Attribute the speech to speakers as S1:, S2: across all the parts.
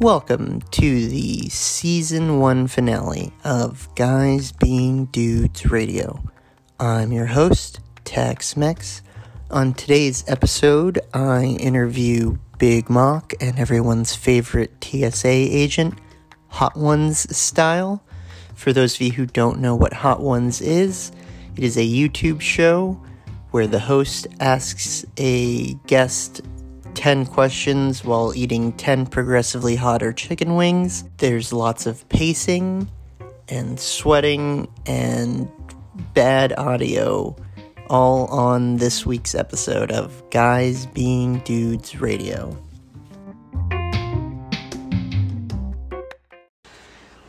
S1: Welcome to the season one finale of Guys Being Dudes Radio. I'm your host, Tex Mex. On today's episode, I interview Big Mock and everyone's favorite TSA agent, Hot Ones Style. For those of you who don't know what Hot Ones is, it is a YouTube show where the host asks a guest 10 questions while eating 10 progressively hotter chicken wings. There's lots of pacing and sweating and bad audio all on this week's episode of Guys Being Dudes Radio.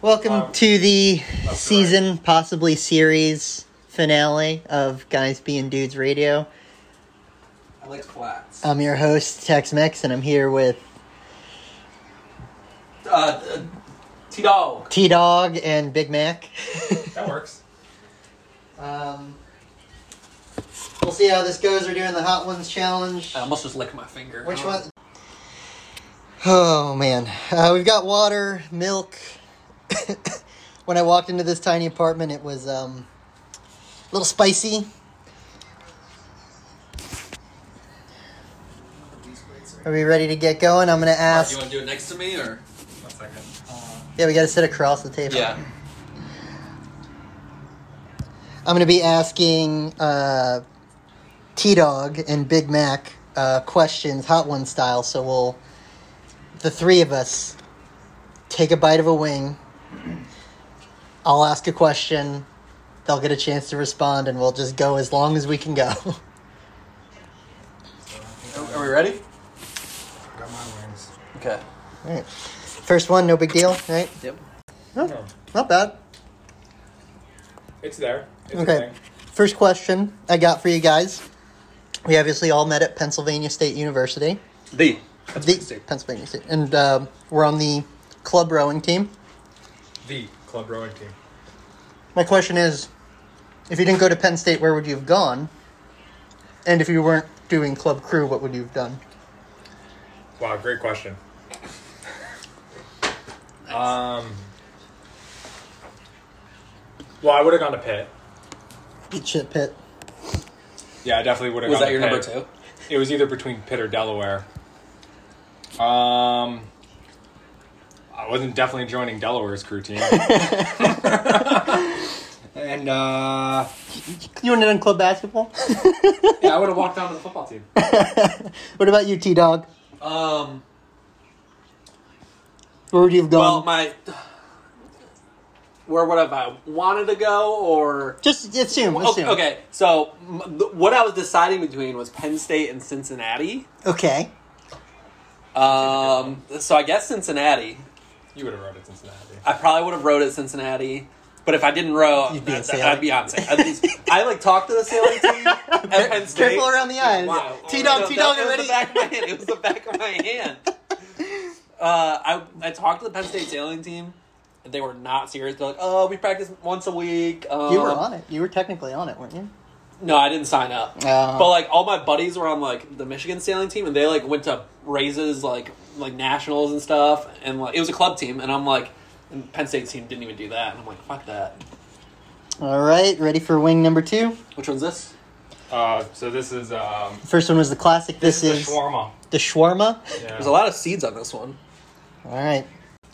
S1: Welcome to the season, possibly series finale of Guys Being Dudes Radio.
S2: I like flats.
S1: I'm your host, Tex Mex, and I'm here with
S2: Uh, uh, T Dog.
S1: T Dog and Big Mac.
S2: That works.
S1: um, we'll see how this goes. We're doing the Hot Ones Challenge.
S2: I almost just licked my finger.
S1: Which
S2: Oh.
S1: one? Oh man, uh, we've got water, milk. when I walked into this tiny apartment, it was um, a little spicy. Are we ready to get going? I'm gonna
S2: Alright,
S1: ask.
S2: you want to do it next to me or?
S1: Yeah, we gotta sit across the table.
S2: Yeah.
S1: I'm going to be asking uh, T Dog and Big Mac uh, questions, Hot One style. So we'll, the three of us, take a bite of a wing. I'll ask a question. They'll get a chance to respond, and we'll just go as long as we can go.
S2: Are, are we ready?
S3: Got my wings.
S2: Okay.
S1: All right. First one, no big deal, right?
S2: Yep.
S1: No, not bad.
S4: It's there. It's
S1: Okay. First question I got for you guys. We obviously all met at Pennsylvania State University.
S2: D.
S1: the Pennsylvania State, and uh, we're on the club rowing team.
S4: The club rowing team.
S1: My question is, if you didn't go to Penn State, where would you have gone? And if you weren't doing club crew, what would you have done?
S4: Wow, great question. Um, well, I would have gone to Pitt.
S1: Eat shit pit.
S4: Yeah, I definitely would have.
S2: Was that
S4: gone to
S2: your number
S4: Pitt.
S2: two?
S4: It was either between Pitt or Delaware. Um, I wasn't definitely joining Delaware's crew team. and uh,
S1: You wouldn't have done club basketball.
S2: yeah, I would have walked down to the football team.
S1: what about you, T Dog?
S2: Um.
S1: Where would you have
S2: Well,
S1: gone?
S2: my. Where would have I wanted to go or?
S1: Just assume.
S2: Okay,
S1: Assume.
S2: okay, so m- th- what I was deciding between was Penn State and Cincinnati.
S1: Okay.
S2: Um, so I guess Cincinnati.
S4: you would have rowed at Cincinnati.
S2: I probably would have rowed at Cincinnati, but if I didn't row,
S1: You'd be
S2: I'd,
S1: a sailor.
S2: I'd be on sailing. At least- I like talked to the sailing team at Penn State.
S1: Careful around the eyes.
S2: Wow.
S1: T Dog,
S2: No,
S1: T Dog
S2: that was
S1: already.
S2: the back of my hand. It was the back of my hand. Uh, I I talked to the Penn State sailing team. and They were not serious. They're like, "Oh, we practice once a week." Um,
S1: You were on it. You were technically on it, weren't you?
S2: No, I didn't sign up.
S1: Uh,
S2: But like all my buddies were on like the Michigan sailing team, and they like went to raises like like nationals and stuff, and like it was a club team, and I'm like, and Penn State's team didn't even do that, and I'm like, fuck that.
S1: all right. Ready for wing number two?
S2: Which one's this?
S4: Uh, so this is um,
S1: The first one was the classic. This,
S4: the
S1: is
S4: shawarma.
S1: the shawarma.
S4: Yeah.
S2: There's a lot of seeds on this one.
S1: All right.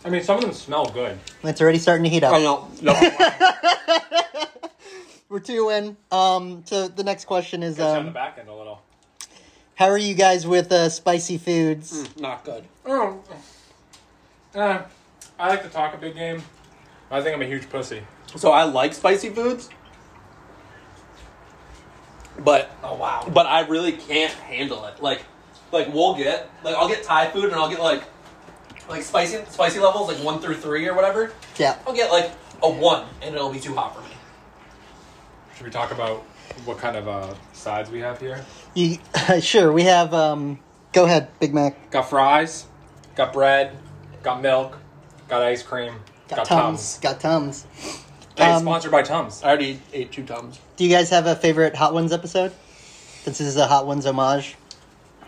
S4: I mean, some of them smell good.
S1: It's already starting to heat up.
S2: Oh no, no.
S1: We're two in. Um, so the next question is,
S4: It's on the
S1: um,
S4: back end a little.
S1: how are you guys with uh, spicy foods?
S2: not good.
S4: Oh. Uh, I like to talk a big game. I think I'm a huge pussy.
S2: So I like spicy foods, but
S4: Oh wow.
S2: but I really can't handle it. Like like we'll get like I'll get Thai food and I'll get like like spicy spicy levels like one through three or whatever.
S1: Yeah.
S2: I'll get like a one and it'll be too hot for me.
S4: Should we talk about what kind of uh, sides we have here?
S1: You, sure. We have. Um, go ahead, Big Mac.
S4: Got fries, got bread, got milk, got ice cream,
S1: Got,
S4: got,
S1: tums.
S4: Tums.
S1: Got tums.
S4: Hey,
S1: Um,
S4: sponsored by Tums.
S2: I already ate two tums.
S1: Do you guys have a favorite Hot Ones episode? Since this is a Hot Ones homage.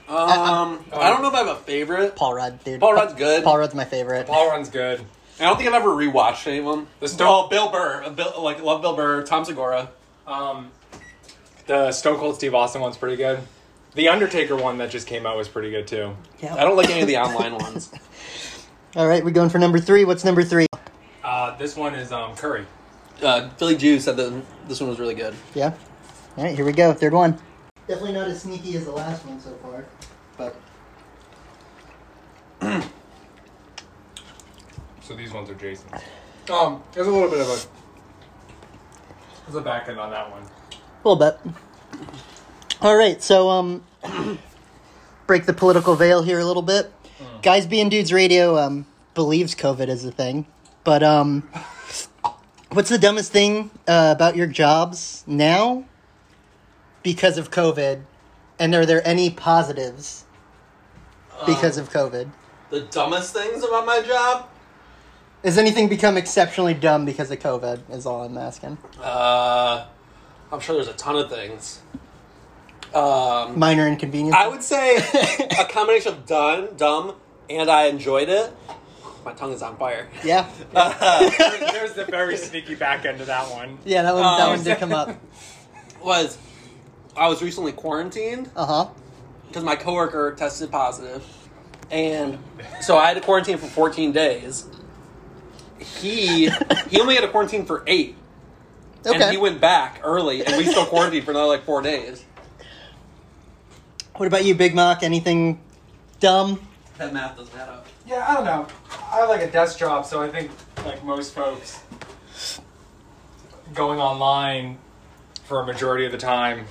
S2: Um, I don't know if I have a favorite.
S1: Paul Rudd, dude.
S2: Paul Rudd's good.
S1: Paul Rudd's my favorite.
S4: Paul Run's good.
S2: I don't think I've ever rewatched any of them.
S4: This-
S2: oh, Bill Burr, Bill, like I love Bill Burr, Tom Segura.
S4: Um, the Stone Cold Steve Austin one's pretty good. The Undertaker one that just came out was pretty good too.
S1: Yeah.
S2: I don't like any of the online ones.
S1: All right, we're going for number three. What's number three?
S4: Uh, this one is um, Curry.
S2: Uh, Philly Jew said that this one was really good.
S1: Yeah. All right, here we go. Third one. Definitely not as sneaky as the last one so far, but
S4: So these ones are Jason's. Um, there's a little bit of a there's a back end on that one.
S1: a little bit. All right, so um, break the political veil here a little bit.
S2: Mm.
S1: Guys being dudes radio um believes COVID is a thing, but um, what's the dumbest thing uh, about your jobs now because of COVID? And are there any positives
S2: Um.
S1: because of COVID?
S2: The dumbest things about my job?
S1: Has anything become exceptionally dumb because of COVID? Is all I'm asking.
S2: Uh, I'm sure there's a ton of things. Um,
S1: Minor inconvenience.
S2: I would say a combination of done, dumb, and I enjoyed it. My tongue is on fire.
S1: Yeah.
S4: There's, there's the very sneaky back end of that one.
S1: Yeah, that one, that
S2: Um,
S1: one did come up.
S2: Was I was recently quarantined
S1: Uh huh.
S2: because my coworker tested positive, and so I had to quarantine for 14 days. He he only had to quarantine for eight, and
S1: Okay.
S2: he went back early, and we still quarantined for another like four days.
S1: what about you, Big Mock? Anything dumb?
S2: That math doesn't add up.
S4: Yeah, I don't know. I have like a desk job, so I think like most folks going online for a majority of the time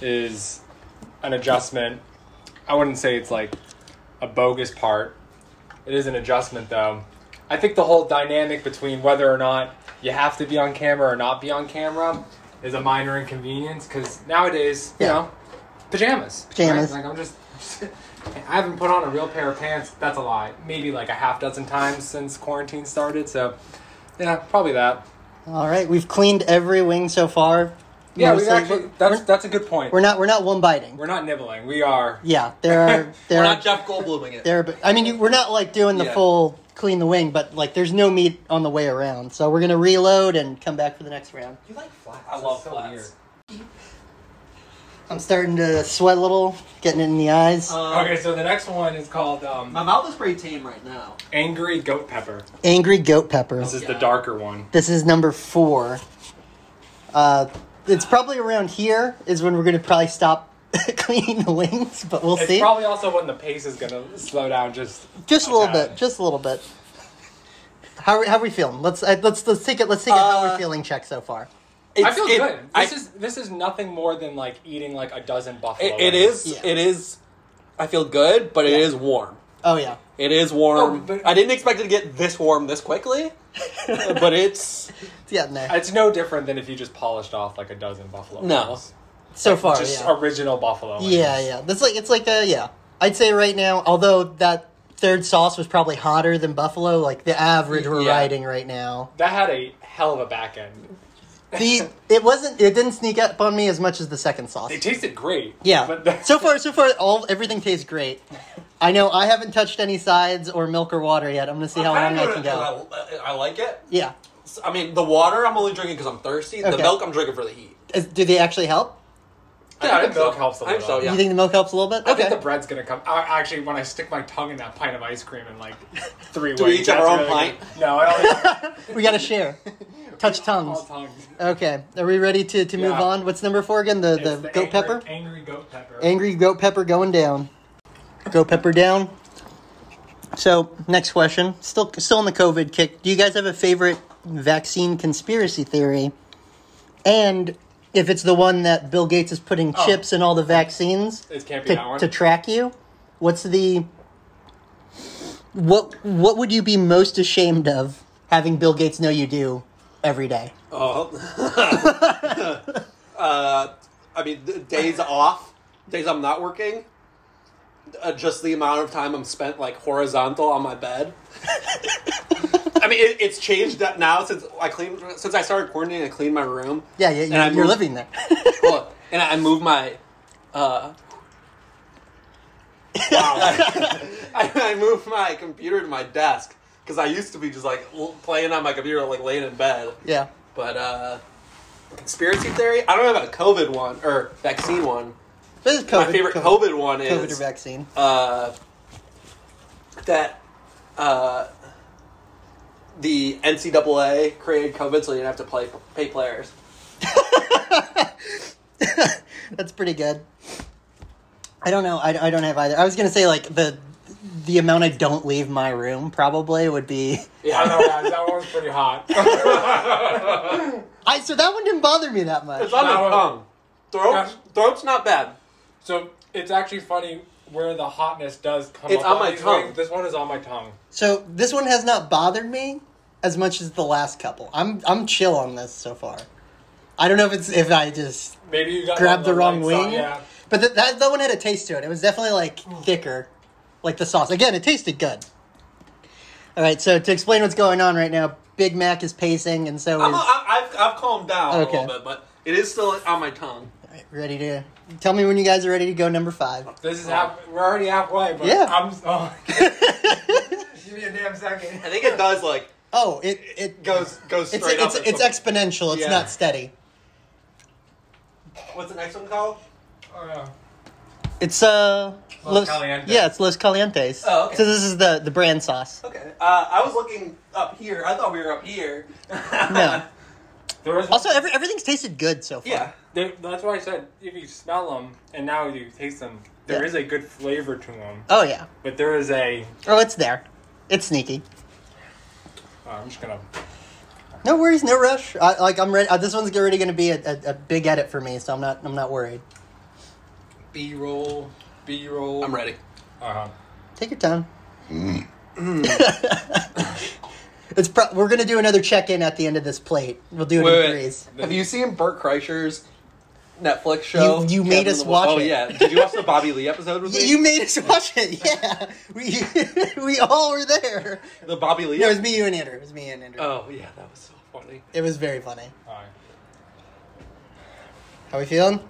S4: is an adjustment. I wouldn't say it's like a bogus part. It is an adjustment though. I think the whole dynamic between whether or not you have to be on camera or not be on camera is a minor inconvenience because nowadays,
S1: Yeah.
S4: you know, pajamas.
S1: Pajamas.
S4: Like I'm just, I haven't put on a real pair of pants. That's a lie. Maybe like a half dozen times since quarantine started. So, yeah, probably that.
S1: All right, we've cleaned every wing so far.
S4: Yeah, we
S1: Mostly-
S4: actually that's that's a good point.
S1: we're not we're not one biting.
S4: We're not nibbling. We are.
S1: yeah, there are there
S2: We're
S1: are
S2: not Jeff Goldbluming it.
S1: there. But I mean, you- we're not like doing the
S2: Yeah.
S1: full clean the wing, but like there's no meat on the way around. So we're gonna reload and come back for the next round.
S4: You like flats?
S2: I love flats.
S1: I'm starting to sweat a little, getting it in the eyes.
S2: Um,
S4: okay, so the next one is called um,
S2: My mouth is pretty tame right now.
S4: angry goat pepper.
S1: Angry goat pepper.
S4: This is the darker one.
S1: This is number four. Uh, it's probably around here is when we're gonna probably stop cleaning the wings, but we'll
S4: It's
S1: see.
S4: probably also when the pace is gonna slow down. Just
S1: just a little
S4: Okay.
S1: bit. Just a little bit. How how we feeling? Let's uh, let's let's take it. Let's take a how
S2: Uh,
S1: we're feeling check so far.
S2: It's,
S4: I feel
S2: it-
S4: good. This
S2: I-
S4: is this is nothing more than like eating like a dozen buffalo.
S2: it, it
S4: wings.
S2: is.
S1: Yeah.
S2: It is. I feel good, but it
S1: Yeah.
S2: is warm.
S1: Oh yeah,
S2: It is warm.
S4: Oh, but-
S2: I didn't expect it to get this warm this quickly, but it's
S1: it's getting there
S4: It's no different than if you just polished off like a dozen buffalo.
S2: No.
S4: wings.
S1: so far.
S4: just
S1: Oh, yeah.
S4: original buffalo. wings.
S1: yeah, yeah. That's like it's like a yeah. I'd say right now, although that third sauce was probably hotter than buffalo, like the average we're
S2: Yeah.
S1: riding right now.
S4: That had a hell of a back end.
S1: The it wasn't it didn't sneak up on me as much as the second sauce.
S4: They tasted great.
S1: Yeah.
S4: But the-
S1: so far, so far, all everything tastes great. I know I haven't touched any sides or milk or water yet. I'm gonna see how long I can go.
S2: uh, I like it.
S1: Yeah.
S2: So, I mean, the water I'm only drinking because I'm thirsty. The
S1: Okay.
S2: milk I'm drinking for the heat.
S1: Is, do they actually help?
S4: I think the milk helps a
S2: I think
S4: little.
S2: so. Yeah.
S1: You think the milk helps a little bit?
S4: I think
S1: Okay.
S4: the bread's gonna come. I, actually, when I stick my tongue in that pint of ice cream in like three
S2: Do we
S4: ways,
S2: each have
S4: that's
S2: our own
S4: really
S2: pint?
S4: good. No, I only
S1: we gotta share. Touch
S4: all
S1: tongues.
S4: tongues.
S1: Okay. Are we ready to, to move
S4: Yeah.
S1: on? What's number four again? The,
S4: It's
S1: the, goat
S4: angry,
S1: pepper?
S4: Angry goat pepper.
S1: Angry goat pepper going down. Goat pepper down. So, next question. Still still on the COVID kick. Do you guys have a favorite vaccine conspiracy theory? And if it's the one that Bill Gates is putting
S4: Oh.
S1: chips in all the vaccines
S4: it can't be that
S1: to,
S4: one.
S1: to track you, what's the what what would you be most ashamed of having Bill Gates know you do every day?
S2: Oh. uh, I mean, th- days off, days I'm not working. Uh, just the amount of time I'm spent like horizontal on my bed. I mean, it, it's changed that now since I cleaned since I started quarantining. I cleaned my room.
S1: Yeah, yeah, you're,
S2: I
S1: you're
S2: moved-
S1: living there.
S2: Look, and I I moved my uh, I, I moved my computer to my desk because I used to be just like l- playing on my computer, like laying in bed.
S1: Yeah.
S2: But uh, conspiracy theory? I don't know about COVID one or vaccine one.
S1: This is COVID.
S2: my favorite COVID, one
S1: COVID or
S2: is
S1: vaccine.
S2: uh, that uh, the NCAA created COVID so you didn't have to play pay players.
S1: That's pretty good. I don't know. I, I don't have either. I was gonna say like the the amount I don't leave my room probably would be.
S4: I don't know, guys. That one's pretty hot.
S1: I so that one didn't bother me that much.
S2: It's on the
S4: Now-
S2: tongue. Throat,
S4: Yeah.
S2: throat's not bad.
S4: so it's actually funny where the hotness does come.
S2: It's
S4: up
S2: on my
S4: these
S2: tongue.
S4: wings. This one is on my tongue.
S1: So this one has not bothered me as much as the last couple. I'm I'm chill on this so far. I don't know if it's if I just
S4: Maybe you got
S1: grabbed the
S4: on
S1: wrong
S4: right side,
S1: wing,
S4: yeah.
S1: but th- that that one had a taste to it. It was definitely like
S2: Hmm.
S1: thicker, like the sauce. Again, it tasted good. All right, so to explain what's going on right now, Big Mac is pacing, and so
S2: I'm,
S1: is
S2: I, I've, I've calmed down a
S1: Okay.
S2: little bit, but it is still on my tongue.
S1: Alright, ready to tell me when you guys are ready to go. Number five.
S4: This is half. We're already halfway, but
S1: Yeah.
S4: I'm. Oh,
S3: Give me a damn second.
S2: I think it does like
S1: Oh, it it
S2: goes goes
S1: It's
S2: straight
S1: it's
S2: up.
S1: it's exponential. It's
S2: Yeah.
S1: not steady.
S2: what's the next one called?
S4: oh, yeah.
S1: It's uh
S4: Los Calientes.
S1: Yeah, it's Los Calientes.
S2: Oh, okay.
S1: So this is the the brand sauce.
S2: Okay, uh, I was looking up here. I thought we were up here.
S1: No.
S4: There was
S1: Also, every, everything's tasted good so far.
S2: yeah,
S4: They, that's why I said if you smell them and now you taste them, there
S1: Yeah.
S4: is a good flavor to them.
S1: Oh yeah.
S4: But there is a.
S1: Oh, it's there. It's sneaky.
S4: oh, I'm just gonna.
S1: No worries, no rush. I, like I'm ready. Uh, this one's already going to be a, a, a big edit for me, so I'm not I'm not worried.
S4: B roll, B roll.
S2: I'm ready.
S4: Uh-huh.
S1: Take your time.
S2: Mm.
S1: it's pro- we're going to do another check in at the end of this plate. We'll do it
S2: Wait,
S1: in
S2: wait.
S1: threes.
S2: Have you seen Burt Kreischer's Netflix show?
S1: You- you made
S2: Cabin in
S1: us
S2: the Wo-
S1: watch
S2: oh,
S1: it.
S2: yeah. Did you watch the Bobby Lee episode with
S1: Y-
S2: me?
S1: You made us watch it. Yeah, we we all were there.
S2: the Bobby Lee.
S1: No, it was me, you, and Andrew. It was me and Andrew.
S2: Oh yeah, that was so funny.
S1: It was very funny.
S4: All right.
S1: How we feeling?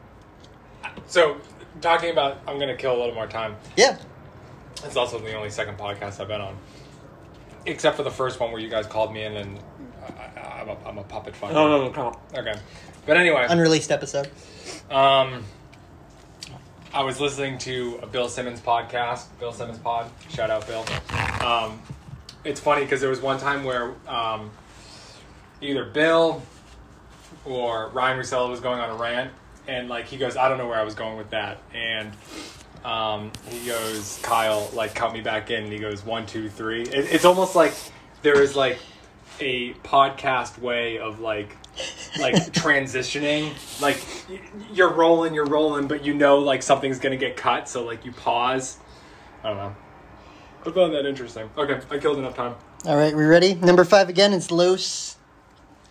S4: So, talking about, I'm gonna kill a little more time.
S1: Yeah.
S4: It's also the only second podcast I've been on, except for the first one where you guys called me in and I, I, I'm, a, I'm a puppet fucker.
S2: no, no.
S4: Okay, but anyway,
S1: Unreleased episode.
S4: um, I was listening to a Bill Simmons podcast, Bill Simmons Pod. Shout out, Bill. Um, it's funny because there was one time where um, either Bill or Ryan Rusella was going on a rant, and like he goes, I don't know where I was going with that, and um, he goes, Kyle, like count me back in, and he goes one, two, three. It, it's almost like there is like a podcast way of like like transitioning like y- you're rolling you're rolling but you know like something's gonna get cut so like you pause i don't know i found that interesting okay i killed enough time
S1: All right, we ready? Number five again is Los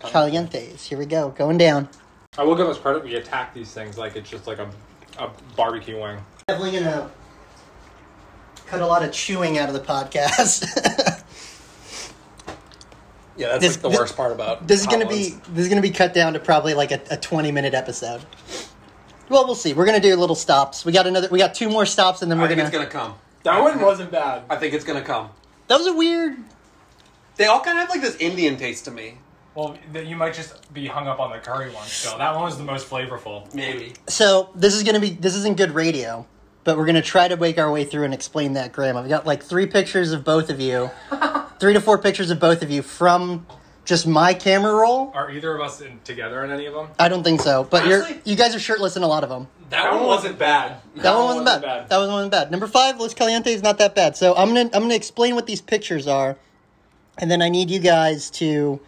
S1: Calientes. Here we go. Going down.
S4: I will give us credit. We attack these things like it's just like a, a barbecue wing.
S1: Definitely gonna cut a lot of chewing out of the podcast.
S2: Yeah, that's
S1: This-
S2: like the
S1: this-
S2: worst part about.
S1: this is gonna
S2: hot
S1: be
S2: ones.
S1: this is gonna be cut down to probably like a, a twenty minute episode. Well, we'll see. We're gonna do little stops. We got another. We got two more stops, and then
S2: I
S1: we're
S2: think
S1: gonna,
S2: it's gonna come.
S4: That one wasn't bad.
S2: I think it's gonna come.
S1: That was a weird.
S2: They all kind of have like this Indian taste to me.
S4: Well, th- you might just be hung up on the curry one still. That one was the most flavorful.
S2: Maybe.
S1: So this is gonna be. This isn't good radio, but we're gonna try to make our way through and explain that, Graham. I've got like three pictures of both of you, three to four pictures of both of you from just my camera roll.
S4: Are either of us in, together in any of them?
S1: I don't think so, but you're
S2: Honestly?
S1: you guys are shirtless in a lot of them.
S2: That, one wasn't bad.
S1: That, one wasn't bad. That one wasn't bad. Number five, Los Calientes is not that bad. So I'm gonna I'm gonna explain what these pictures are, and then I need you guys to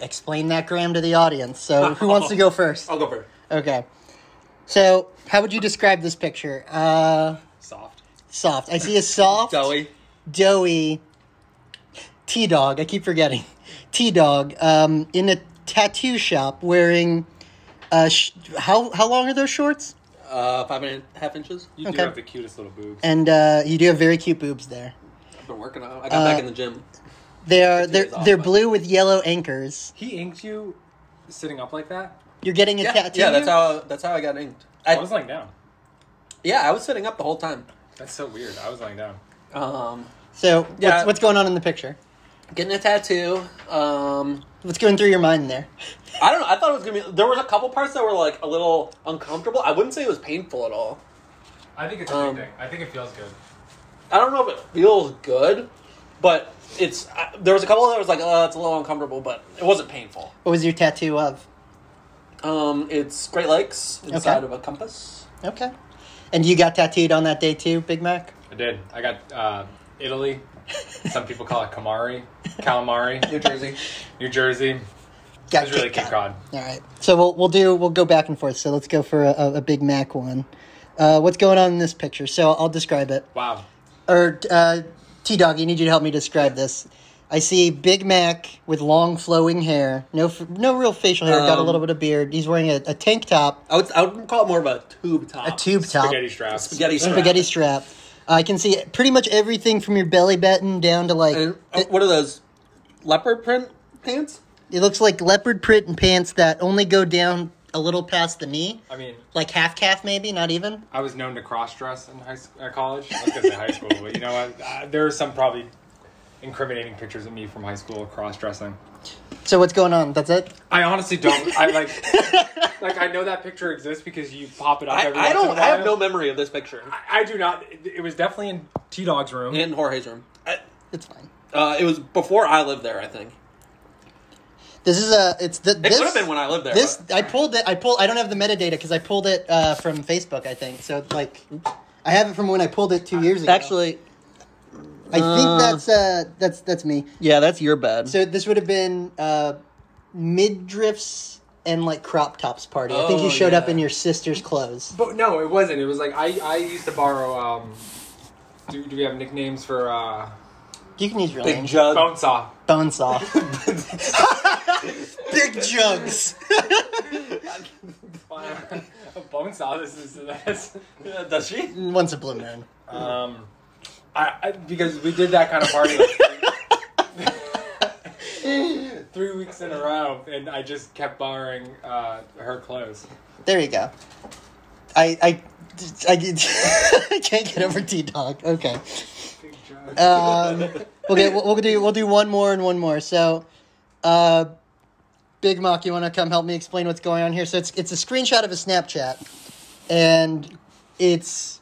S1: explain that Graham to the audience. So who wants to go first?
S2: I'll go first.
S1: Okay. So how would you describe this picture? Uh,
S4: Soft.
S1: soft. I see a soft,
S2: Doughy.
S1: doughy tea dog. I keep forgetting tea dog um, in a tattoo shop wearing. Uh, sh- how how long are those shorts?
S2: Uh, five and a half inches.
S4: You
S1: Okay.
S4: do have the cutest little boobs.
S1: And uh, you do have very cute boobs there.
S2: I've been working on. it. I got
S1: Uh,
S2: back in the gym.
S1: They are they're
S2: Tears off,
S1: they're
S2: but-
S1: blue with yellow anchors.
S4: he inked you sitting up like that?
S1: You're getting a
S2: Yeah,
S1: tattoo.
S2: yeah, that's how that's how I got inked. I,
S4: I was like down.
S2: yeah, I was sitting up the whole time.
S4: That's so weird. I was lying down.
S2: Um,
S1: So
S2: Yeah.
S1: what's, what's going on in the picture?
S2: getting a tattoo. Um,
S1: What's going through your mind there?
S2: I don't know. I thought it was gonna be. There was a couple parts that were like a little uncomfortable. I wouldn't say it was painful at all.
S4: I think it's
S2: Um,
S4: addicting. I think it feels good.
S2: I don't know if it feels good, but it's. I, there was a couple that was like, oh, it's a little uncomfortable, but it wasn't painful.
S1: What was your tattoo of?
S2: Um, it's Great Lakes inside of a compass.
S1: Okay. And you got tattooed on that day too, Big Mac?
S4: I did. I got uh, Italy. Some people call it calamari, calamari,
S3: New Jersey.
S4: New Jersey. It
S1: Got
S4: was really Cape Cod.
S1: All right. So we'll we'll do we'll go back and forth. So let's go for a, a Big Mac one. Uh, what's going on in this picture? So I'll describe it.
S4: Wow.
S1: Or uh, T Dog, you need you to help me describe this. I see Big Mac with long flowing hair, no f- no real facial hair, got a
S2: Um,
S1: little bit of beard. He's wearing a, a tank top,
S2: I would. I would call it more of a tube top.
S1: a tube top,
S4: Spaghetti straps.
S2: Spaghetti strap.
S1: spaghetti strap. Uh, I can see pretty much everything from your belly button down to like
S2: And uh,
S1: it,
S2: what are those? Leopard print pants.
S1: it looks like leopard print and pants that only go down a little past the knee,
S4: I mean,
S1: like half calf maybe, not even.
S4: I was known to cross dress in high school, uh, college. I was gonna say high school, but you know what? Uh, there are some probably incriminating pictures of me from high school cross dressing.
S1: So what's going on? That's it.
S4: I honestly don't. I like, like I know that picture exists because you pop it up.
S2: I,
S4: every
S2: I
S4: once in
S2: don't.
S4: a
S2: I have
S4: while.
S2: no memory of this picture.
S4: I, I do not. It, it was definitely in T Dog's room.
S2: In Jorge's room. I,
S1: It's fine.
S2: uh, it was before I lived there. I think
S1: This is a. It's the.
S2: it
S1: This,
S2: could have been when I lived there.
S1: This
S2: but-
S1: I pulled it. I pulled. I don't have the metadata because I pulled it uh, from Facebook. I think so. Like, I have it from when I pulled it two years ago.
S2: actually,
S1: I
S2: uh,
S1: think that's uh that's that's me.
S2: yeah, that's your bed.
S1: So this would have been uh, midriffs and like crop tops party. I think
S2: Oh,
S1: you showed up
S2: yeah.
S1: in your sister's clothes.
S4: But no, it wasn't. It was like I, I used to borrow. Um, do, do we have nicknames for uh,
S1: You can use your
S2: Big
S1: name.
S2: jug.
S4: bone saw?
S1: Bone saw. Big jugs.
S4: a bone saw. This is this.
S2: Uh, Does she?
S1: Once a blue moon.
S4: Um, I, I because we did that kind of party like three, three weeks in a row, and I just kept borrowing uh, her clothes.
S1: There you go. I I I, I can't get over T Dog. Okay.
S4: Big jug.
S1: Um, okay, we'll, we'll do we'll do one more and one more. So, uh, Big Mock, you want to come help me explain what's going on here? So it's it's a screenshot of a Snapchat, and it's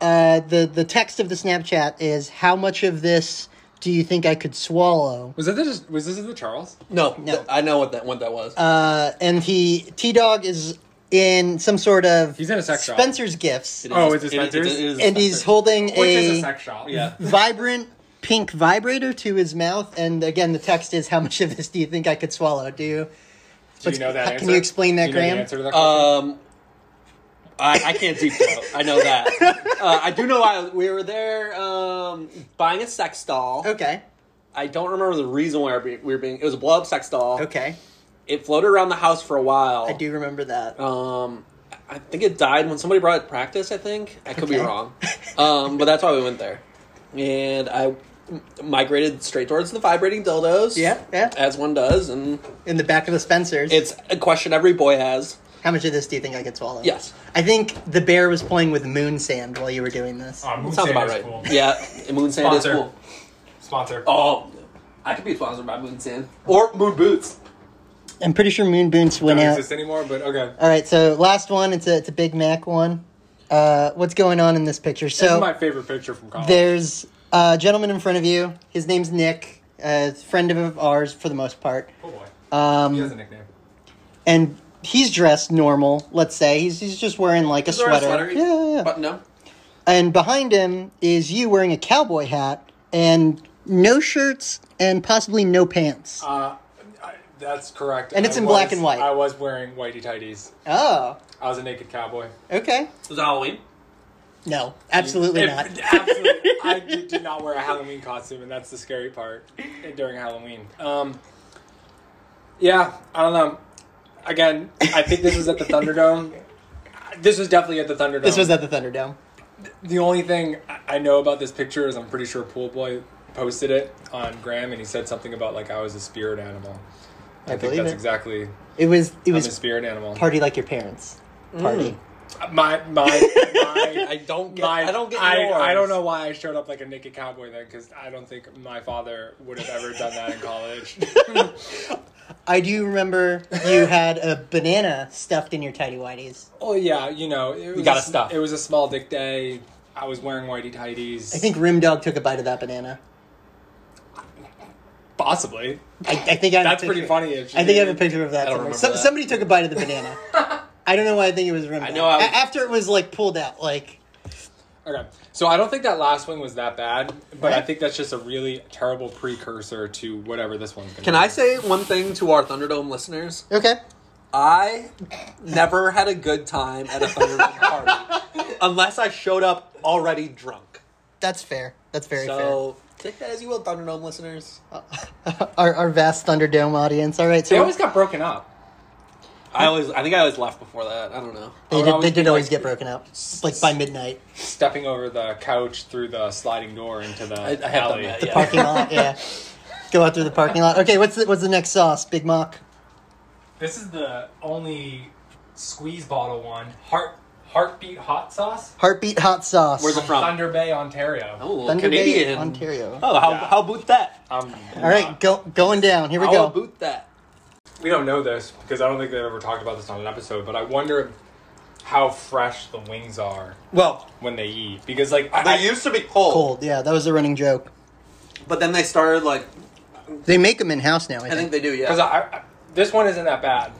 S1: uh, the the text of the Snapchat is how much of this do you think I could swallow?
S4: was that this? Was this the Charles?
S2: No,
S1: No.
S2: th- I know what that what that was.
S1: Uh, and he T Dog is in some sort of
S4: He's in a sex shop.
S1: Spencer's Gifts,
S2: It is-
S4: oh, is
S2: it
S4: it
S2: is- it
S4: Spencer's?
S2: is-
S1: and he's holding
S4: Which is a sex shop.
S2: yeah.
S1: vibrant pink vibrator to his mouth, and again, the text is, "How much of this do you think I could swallow?" Do you?
S4: Do you know that?
S1: Can
S4: answer?
S1: you explain that,
S4: Do you know the
S1: Graham?
S4: answer to that question?
S2: Um, I, I can't deep throat. I know that. Uh, I do know I, we were there um, buying a sex doll.
S1: Okay. I,
S2: I don't remember the reason why we we were being. It was a blow up sex doll.
S1: okay.
S2: It floated around the house for a while.
S1: I do remember that.
S2: Um, I think it died when somebody brought it to practice. I think I could be
S1: Okay.
S2: wrong, um, but that's why we went there. And I m- migrated straight towards the vibrating dildos.
S1: Yeah, yeah.
S2: as one does, and
S1: In the back of the Spencers.
S2: it's a question every boy has.
S1: how much of this do you think I could swallow?
S2: Yes.
S1: I think the bear was playing with moon sand while you were doing this.
S4: Oh, Moon
S2: Sounds
S4: Sand
S2: about
S4: is
S2: right.
S4: cool.
S2: Yeah, and Moon Sand
S4: Sponsor.
S2: is cool.
S4: Sponsor.
S2: Oh, I could be sponsored by Moon Sand or Moon Boots.
S1: I'm pretty sure moon boots went
S4: Don't
S1: out.
S4: exist anymore, but okay.
S1: All right, so last one. It's a it's a Big Mac one. Uh, what's going on in this picture? So
S4: this is my favorite picture from college.
S1: There's a gentleman in front of you. His name's Nick, a friend of ours for the most part.
S4: oh boy.
S1: Um,
S4: he has a nickname.
S1: And he's dressed normal, let's say. He's, he's just wearing like a
S2: wearing a
S1: sweater.
S2: sweater.
S1: Yeah, yeah, yeah.
S2: But no,
S1: And behind him is you wearing a cowboy hat and no shirts and possibly no pants.
S4: Uh, I, that's correct.
S1: And it's
S4: I
S1: in black
S4: was-
S1: and white.
S4: I was wearing whitey tighties.
S1: oh,
S4: I was a naked cowboy.
S1: okay.
S2: it was Halloween.
S1: No, absolutely
S4: If-
S1: not.
S4: Absolutely, I did, did not wear a Halloween costume, and that's the scary part during Halloween. Um, yeah, I don't know. Again, I think this was at the Thunderdome. This was definitely at the Thunderdome.
S1: This was at the Thunderdome.
S4: the only thing I- I know about this picture is I'm pretty sure Pool Boy posted it on Graham, and he said something about like I was a spirit animal. I, think
S1: believe
S4: that's
S1: it.
S4: exactly.
S1: It was it
S4: I'm a
S1: was
S4: spirit animal. Mm. Uh,
S1: party like your parents party.
S4: My my my.
S2: I don't get.
S4: my-
S2: I don't get.
S4: I,
S2: yours.
S4: I don't know why I showed up like a naked cowboy then, because I don't think my father would have ever done that in college.
S1: I do remember you had a banana stuffed in your tidy whities.
S4: oh yeah, you know, it was,
S2: gotta stop.
S4: It was a small dick day. I was wearing whitey tidies.
S1: I think Rim Dog took a bite of that banana.
S4: possibly.
S1: I, I think I have a
S4: That's pretty
S1: picture-
S4: funny. If she
S1: I think I have
S4: did.
S1: a picture of that.
S2: I don't
S1: somewhere.
S2: remember
S1: Some,
S2: that.
S1: Somebody took a bite of the banana. I don't know why I think it was Rim
S2: I
S1: Dog.
S2: know I was-
S1: A- after it was like pulled out, like
S4: Okay, so I don't think that last wing was that bad, but I
S1: Right.
S4: think that's just a really terrible precursor to whatever this one's gonna.
S2: Can
S4: be.
S2: I say one thing to our Thunderdome listeners?
S1: okay.
S2: I never had a good time at a Thunderdome party unless I showed up already drunk.
S1: That's fair. That's very
S2: so take that as you will, Thunderdome listeners.
S1: fair. Our, our vast Thunderdome audience. All right, so
S4: They always got broken up.
S2: I always, I think I always left before that. I don't know.
S1: they
S4: I would
S1: did.
S4: always
S1: they did
S4: be
S1: always
S4: like-
S1: get broken up, like by midnight.
S4: Stepping over the couch through the sliding door into the
S2: I, I have done
S4: alley.
S2: that. Yeah.
S1: Parking lot. Yeah. Go out through the parking lot. Okay, what's the, what's the next sauce? Big Mac.
S4: This is the only squeeze bottle one. Heart heartbeat hot sauce.
S1: Heartbeat hot sauce.
S2: Where's it from?
S4: Thunder Bay, Ontario.
S2: Oh,
S1: Thunder Bay,
S2: Canadian.
S1: Ontario.
S2: Oh, how
S4: Yeah.
S2: how boot that?
S4: Um,
S1: All right, go going down. Here we
S2: How
S1: go.
S2: boot that?
S4: we don't know this because I don't think they've ever talked about this on an episode. But I wonder how fresh the wings are
S2: Well,
S4: when they eat because like I,
S2: they
S4: I-
S2: used to be cold,
S1: Cold. Yeah, that was a running joke.
S2: but then they started like
S1: They make them in house now. I
S2: I
S1: think,
S2: think they do.
S4: Because
S2: Yeah.
S4: I, I, this one isn't that bad,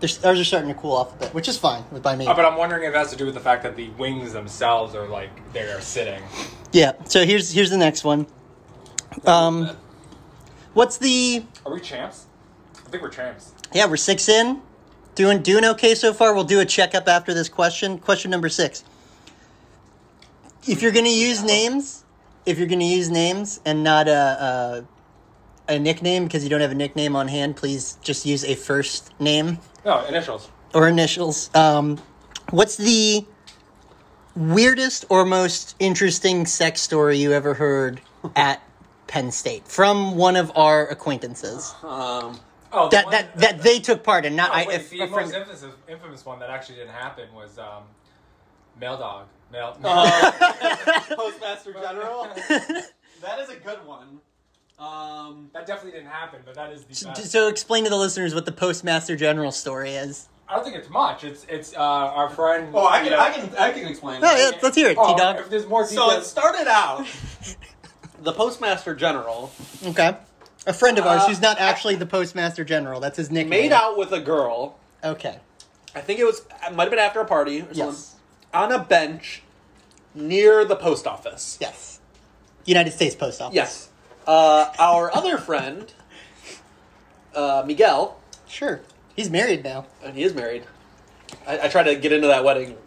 S1: They're- ours are starting to cool off a bit, which is fine with by me.
S4: Uh, but I'm wondering if it has to do with the fact that the wings themselves are like they're sitting.
S1: yeah. So here's here's the next one. Um, what's the?
S4: Are we champs? I think we're champs.
S1: Yeah, we're six in. Doing doing okay so far. We'll do a checkup after this question. Question number six. If you're gonna use names, if you're gonna use names and not a a, a nickname because you don't have a nickname on hand, please just use a first name.
S4: No initials.
S1: or initials. Um, what's the weirdest or most interesting sex story you ever heard at Penn State from one of our acquaintances
S2: Um,
S4: Oh,
S1: that that that they took part in? Not
S4: no,
S1: I.
S4: Oh, wait,
S1: if-
S4: the
S1: a friend-
S4: most infamous, infamous one that actually didn't happen was um, male dog. Male.
S2: Postmaster General. that is a good one. Um,
S4: that definitely didn't happen, but that is the. Best.
S1: so explain to the listeners what the Postmaster General story is.
S4: I don't think it's much. It's it's uh, our friend.
S2: oh, I can,
S4: you know-
S2: I can, I can explain.
S1: Oh
S2: that.
S1: yeah, let's hear it,
S4: Oh,
S1: T
S4: If
S1: Dog.
S4: there's more
S2: So
S4: details,
S2: it started out. The Postmaster General
S1: Okay, a friend of ours
S2: Uh,
S1: who's not actually the Postmaster General. That's his nickname.
S2: made out with a girl.
S1: Okay.
S2: I think it was it might have been after a party or something.
S1: Yes.
S2: On a bench near the post office.
S1: Yes. United States Post Office.
S2: Yes. Uh, our other friend, uh, Miguel,
S1: Sure. He's married now.
S2: and he is married. I, I tried to get into that wedding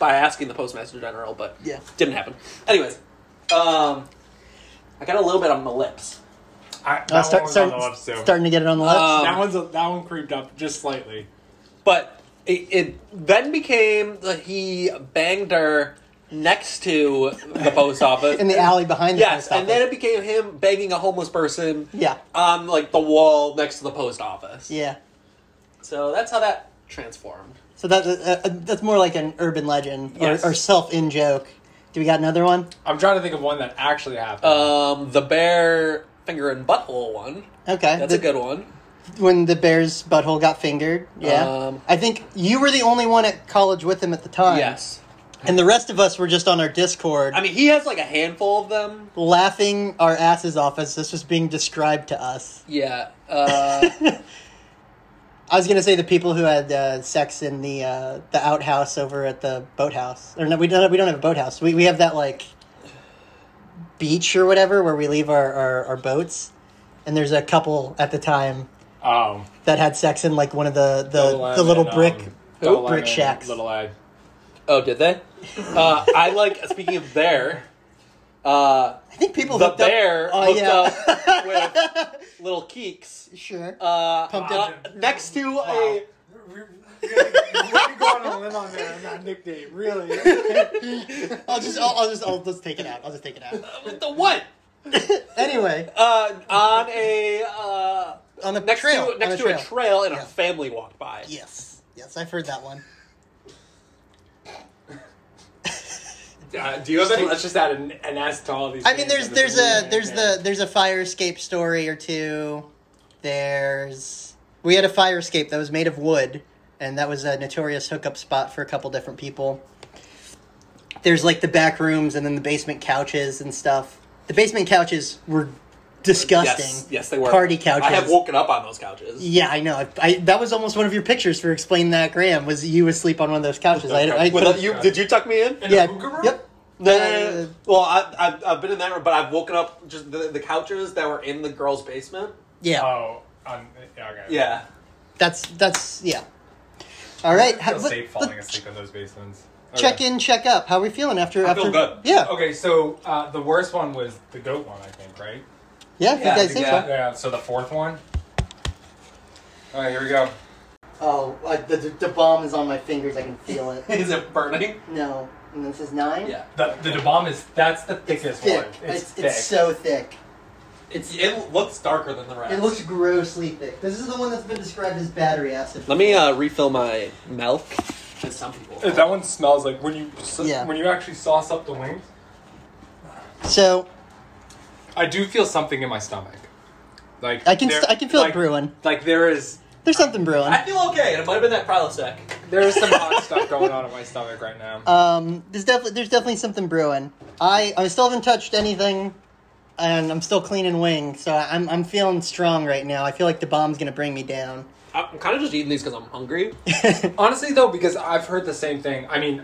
S2: by asking the postmaster general, but
S1: Yeah.
S2: didn't happen. Anyways, um, I got a little bit on the lips.
S4: I, that
S1: Uh, start-
S4: one was
S1: start-
S4: on the left too.
S1: starting to get it on the left.
S2: Um,
S4: that one's a, that one creeped up just slightly.
S2: But it, it then became that he banged her next to the post
S4: Uh,
S2: office
S1: in the alley behind the
S2: Yes,
S1: post office.
S2: and then it became him banging a homeless person
S1: yeah,
S2: on like the wall next to the post office.
S1: yeah.
S2: So that's how that transformed.
S1: So that uh, uh, that's more like an urban legend
S2: Yes.
S1: or, or self in joke. Do we got another one?
S4: I'm trying to think of one that actually happened.
S2: Um, the bear finger and butthole one.
S1: Okay,
S2: That's
S1: the,
S2: a good one.
S1: When the bear's butthole got fingered. Yeah,
S2: Um,
S1: I think you were the only one at college with him at the time.
S2: Yes.
S1: and the rest of us were just on our Discord.
S2: I mean, he has like a handful of them.
S1: Laughing our asses off as this was being described to us.
S2: Yeah. Uh,
S1: I was gonna say the people who had uh, sex in the uh, the outhouse over at the boathouse, or no, we don't we don't have a boathouse. We we have that like beach or whatever where we leave our, our, our boats, and there's a couple at the time
S4: oh.
S1: that had sex in like one of the the,
S4: Double M
S1: the little
S4: and,
S1: brick.
S4: um,
S1: brick
S4: Double M and
S1: shacks.
S4: Little A.
S2: oh, did they? Uh, I like, speaking of bear, uh,
S1: I think people
S2: the
S1: hooked up-
S2: bear
S1: Oh,
S2: hooked
S1: yeah.
S2: up with little keeks.
S1: sure.
S2: Uh,
S1: Pumped
S2: uh,
S1: up.
S2: next to a
S4: nickname, really. Uh,
S1: I'll just I'll, I'll just I'll just take it out. I'll just take it out.
S2: the what?
S1: Anyway,
S2: Uh, on a uh,
S1: on a
S2: next
S1: trail,
S2: to next
S1: on
S2: to a trail and
S1: Yeah.
S2: a family walked by.
S1: Yes, yes, I've heard that one.
S4: Uh, do you have any? Let's just add an, an S to all these.
S1: I mean, there's
S4: names.
S1: there's a there's the there's a fire escape story or two. There's we had a fire escape that was made of wood, and that was a notorious hookup spot for a couple different people. There's like the back rooms and then the basement couches and stuff. The basement couches were disgusting.
S2: Yes, yes, they were
S1: party couches.
S2: I have woken up on those couches.
S1: yeah, I know. I, that was almost one of your pictures for explaining that Graham was you asleep on one of those couches. I, I
S2: With
S1: put
S2: a-
S1: a-
S2: you, did you tuck me in?
S4: In a
S1: yeah,
S4: hookah room?
S1: yep.
S2: No, no, no, no. Well, I, I've, I've been in that room, but I've woken up just the, the couches that were in the girls' basement.
S1: Yeah,
S4: Oh, um, yeah, okay.
S2: Yeah.
S1: that's that's yeah. All right,
S4: I
S1: how-
S4: feel
S1: let-
S4: safe
S1: let-
S4: falling asleep in those basements.
S1: check
S4: Okay.
S1: in, check up. How are we feeling after?
S2: I
S1: after
S2: feel good.
S1: Yeah,
S4: Okay, so uh, the worst one was the goat one, I think, right?
S1: yeah. if
S2: Yeah,
S1: you guys think
S2: yeah.
S1: so?
S4: Yeah. So the fourth one. All right, here we go.
S1: Oh, uh, the, the the bomb is on my fingers. I can feel it.
S2: Is it burning?
S1: No, and this is nine.
S2: Yeah.
S4: The the bomb is that's the
S1: It's
S4: thickest
S1: thick.
S4: one. It's,
S1: it's,
S4: thick.
S1: so thick.
S2: It's it looks darker than the rest.
S1: It looks grossly thick. This is the one that's been described as battery acid.
S2: Let me uh, refill my milk. As some people.
S4: Uh, that one smells like when you s-
S1: Yeah.
S4: when you actually sauce up the wings.
S1: So
S4: I do feel something in my stomach. Like
S1: I can
S4: there-
S1: st- I can feel
S4: like-
S1: it brewing.
S4: Like there is
S1: There's something brewing.
S2: I feel okay. and It might have been that Prilosec.
S4: there is some hot stuff going on in my stomach right now.
S1: Um, there's definitely there's definitely something brewing. I I still haven't touched anything, and I'm still clean and wing, so I'm I'm feeling strong right now. I feel like the bomb's gonna bring me down.
S2: I'm kind of just eating these because I'm hungry.
S4: Honestly, though, because I've heard the same thing. I mean,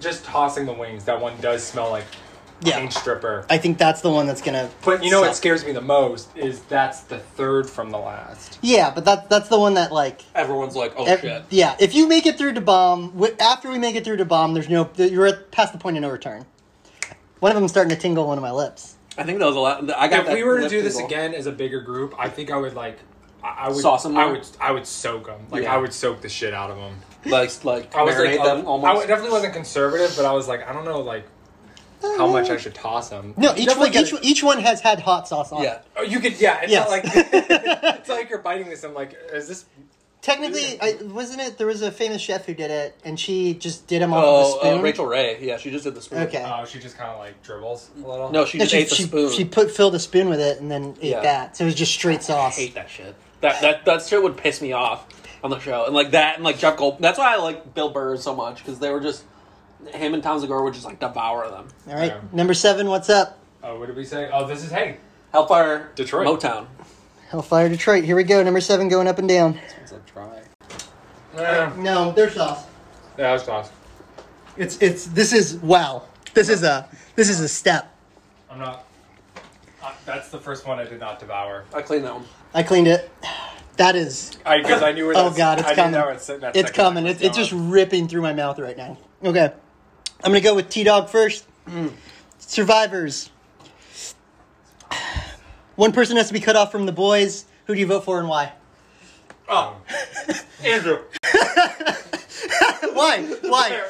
S4: just tossing the wings, that one does smell like
S1: Yeah.
S4: paint stripper.
S1: I think that's the one that's gonna.
S4: But you know what
S1: suck.
S4: scares me the most is that's the third from the last.
S1: Yeah, but that that's the one that like.
S2: Everyone's like, "Oh
S1: ev-
S2: shit!"
S1: yeah, if you make it through to bomb, wi- after we make it through to bomb, there's no you're at, past the point of no return. One of them's starting to tingle one of my lips.
S2: I think that was a lot. I got.
S4: If we were to do this again as a bigger group, I think I would like. I I would
S2: Sauce 'em
S4: I
S2: more?
S4: would. I would soak them. Like
S2: Yeah.
S4: I would soak the shit out of them.
S2: like like oh,
S4: I was like,
S2: marinate
S4: uh,
S2: them
S4: I
S2: almost.
S4: w- definitely wasn't conservative, but I was like, I don't know, like how much I should toss them.
S1: No, each one,
S4: Definitely
S1: each,
S4: get-
S1: each one has had hot sauce on.
S2: yeah.
S1: it.
S4: Oh, you could, yeah. It's
S1: Yes.
S4: not like it's not like you're biting this. I'm like, is this?
S1: Technically, I, wasn't it? There was a famous chef who did it, and she just did them off of
S2: Oh,
S1: a spoon.
S2: uh, Rachel Ray. Yeah, she just did the spoon.
S1: Okay.
S4: Oh, she just kind of like dribbles a little.
S2: No, she
S1: No,
S2: just ate the
S1: she,
S2: spoon.
S1: she put filled a spoon with it and then ate
S2: Yeah.
S1: that. So it was just straight sauce.
S2: hate that shit. That that that shit would piss me off on the show, and like that, and like Jeff Gold. That's why I like Bill Burr so much because they were just him and Tom Segura would just like devour them.
S1: All right,
S4: Yeah.
S1: number seven. What's up?
S4: Oh, what did we say? Oh, this is hey.
S2: Hellfire,
S4: Detroit.
S2: Motown.
S1: Hellfire Detroit. Here we go. Number seven going up and down.
S2: It's a dry.
S4: Yeah,
S1: No, their sauce.
S4: that was close.
S1: It's it's. This is wow. This is a this is a step.
S4: I'm not. Uh, that's the first one I did not devour.
S2: I clean that one.
S1: I cleaned it. That is.
S4: I because I knew where.
S1: Oh
S4: that-
S1: God, it's
S4: I
S1: coming.
S4: Knew that was, that
S1: It's
S4: second one
S1: coming.
S4: was
S1: It's it's
S4: going.
S1: just ripping through my mouth right now. Okay, I'm gonna go with T Dog first.
S2: Mm.
S1: Survivors. One person has to be cut off from the boys. Who do you vote for and why?
S2: Oh, Andrew,
S1: Why? Why?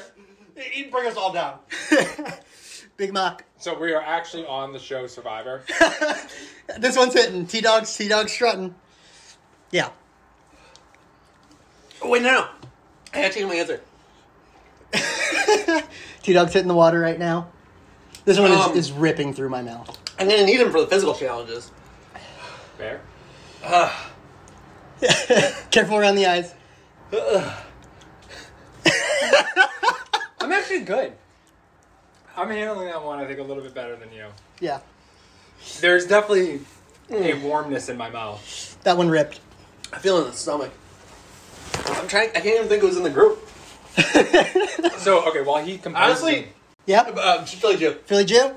S2: he'd bring us all down.
S1: Big Mac.
S4: So we are actually on the show Survivor.
S1: This one's hitting. T Dog's T Dog's strutting. Yeah.
S2: Wait, no, no. I gotta change my answer.
S1: T Dog's hitting the water right now. This one
S2: Um,
S1: is, is ripping through my mouth.
S2: I'm gonna need him for the physical challenges.
S4: Fair.
S1: Careful around the eyes.
S4: I'm actually good. I'm handling that one. I think a little bit better than you.
S1: Yeah.
S4: There's definitely a warmness in my mouth.
S1: That one ripped.
S2: I feel it in the stomach. I'm trying. I can't even think it was in the group.
S4: So okay, while he composes,
S2: Honestly,
S1: Yep.
S2: uh, Philly Jew.
S1: Philly Jew?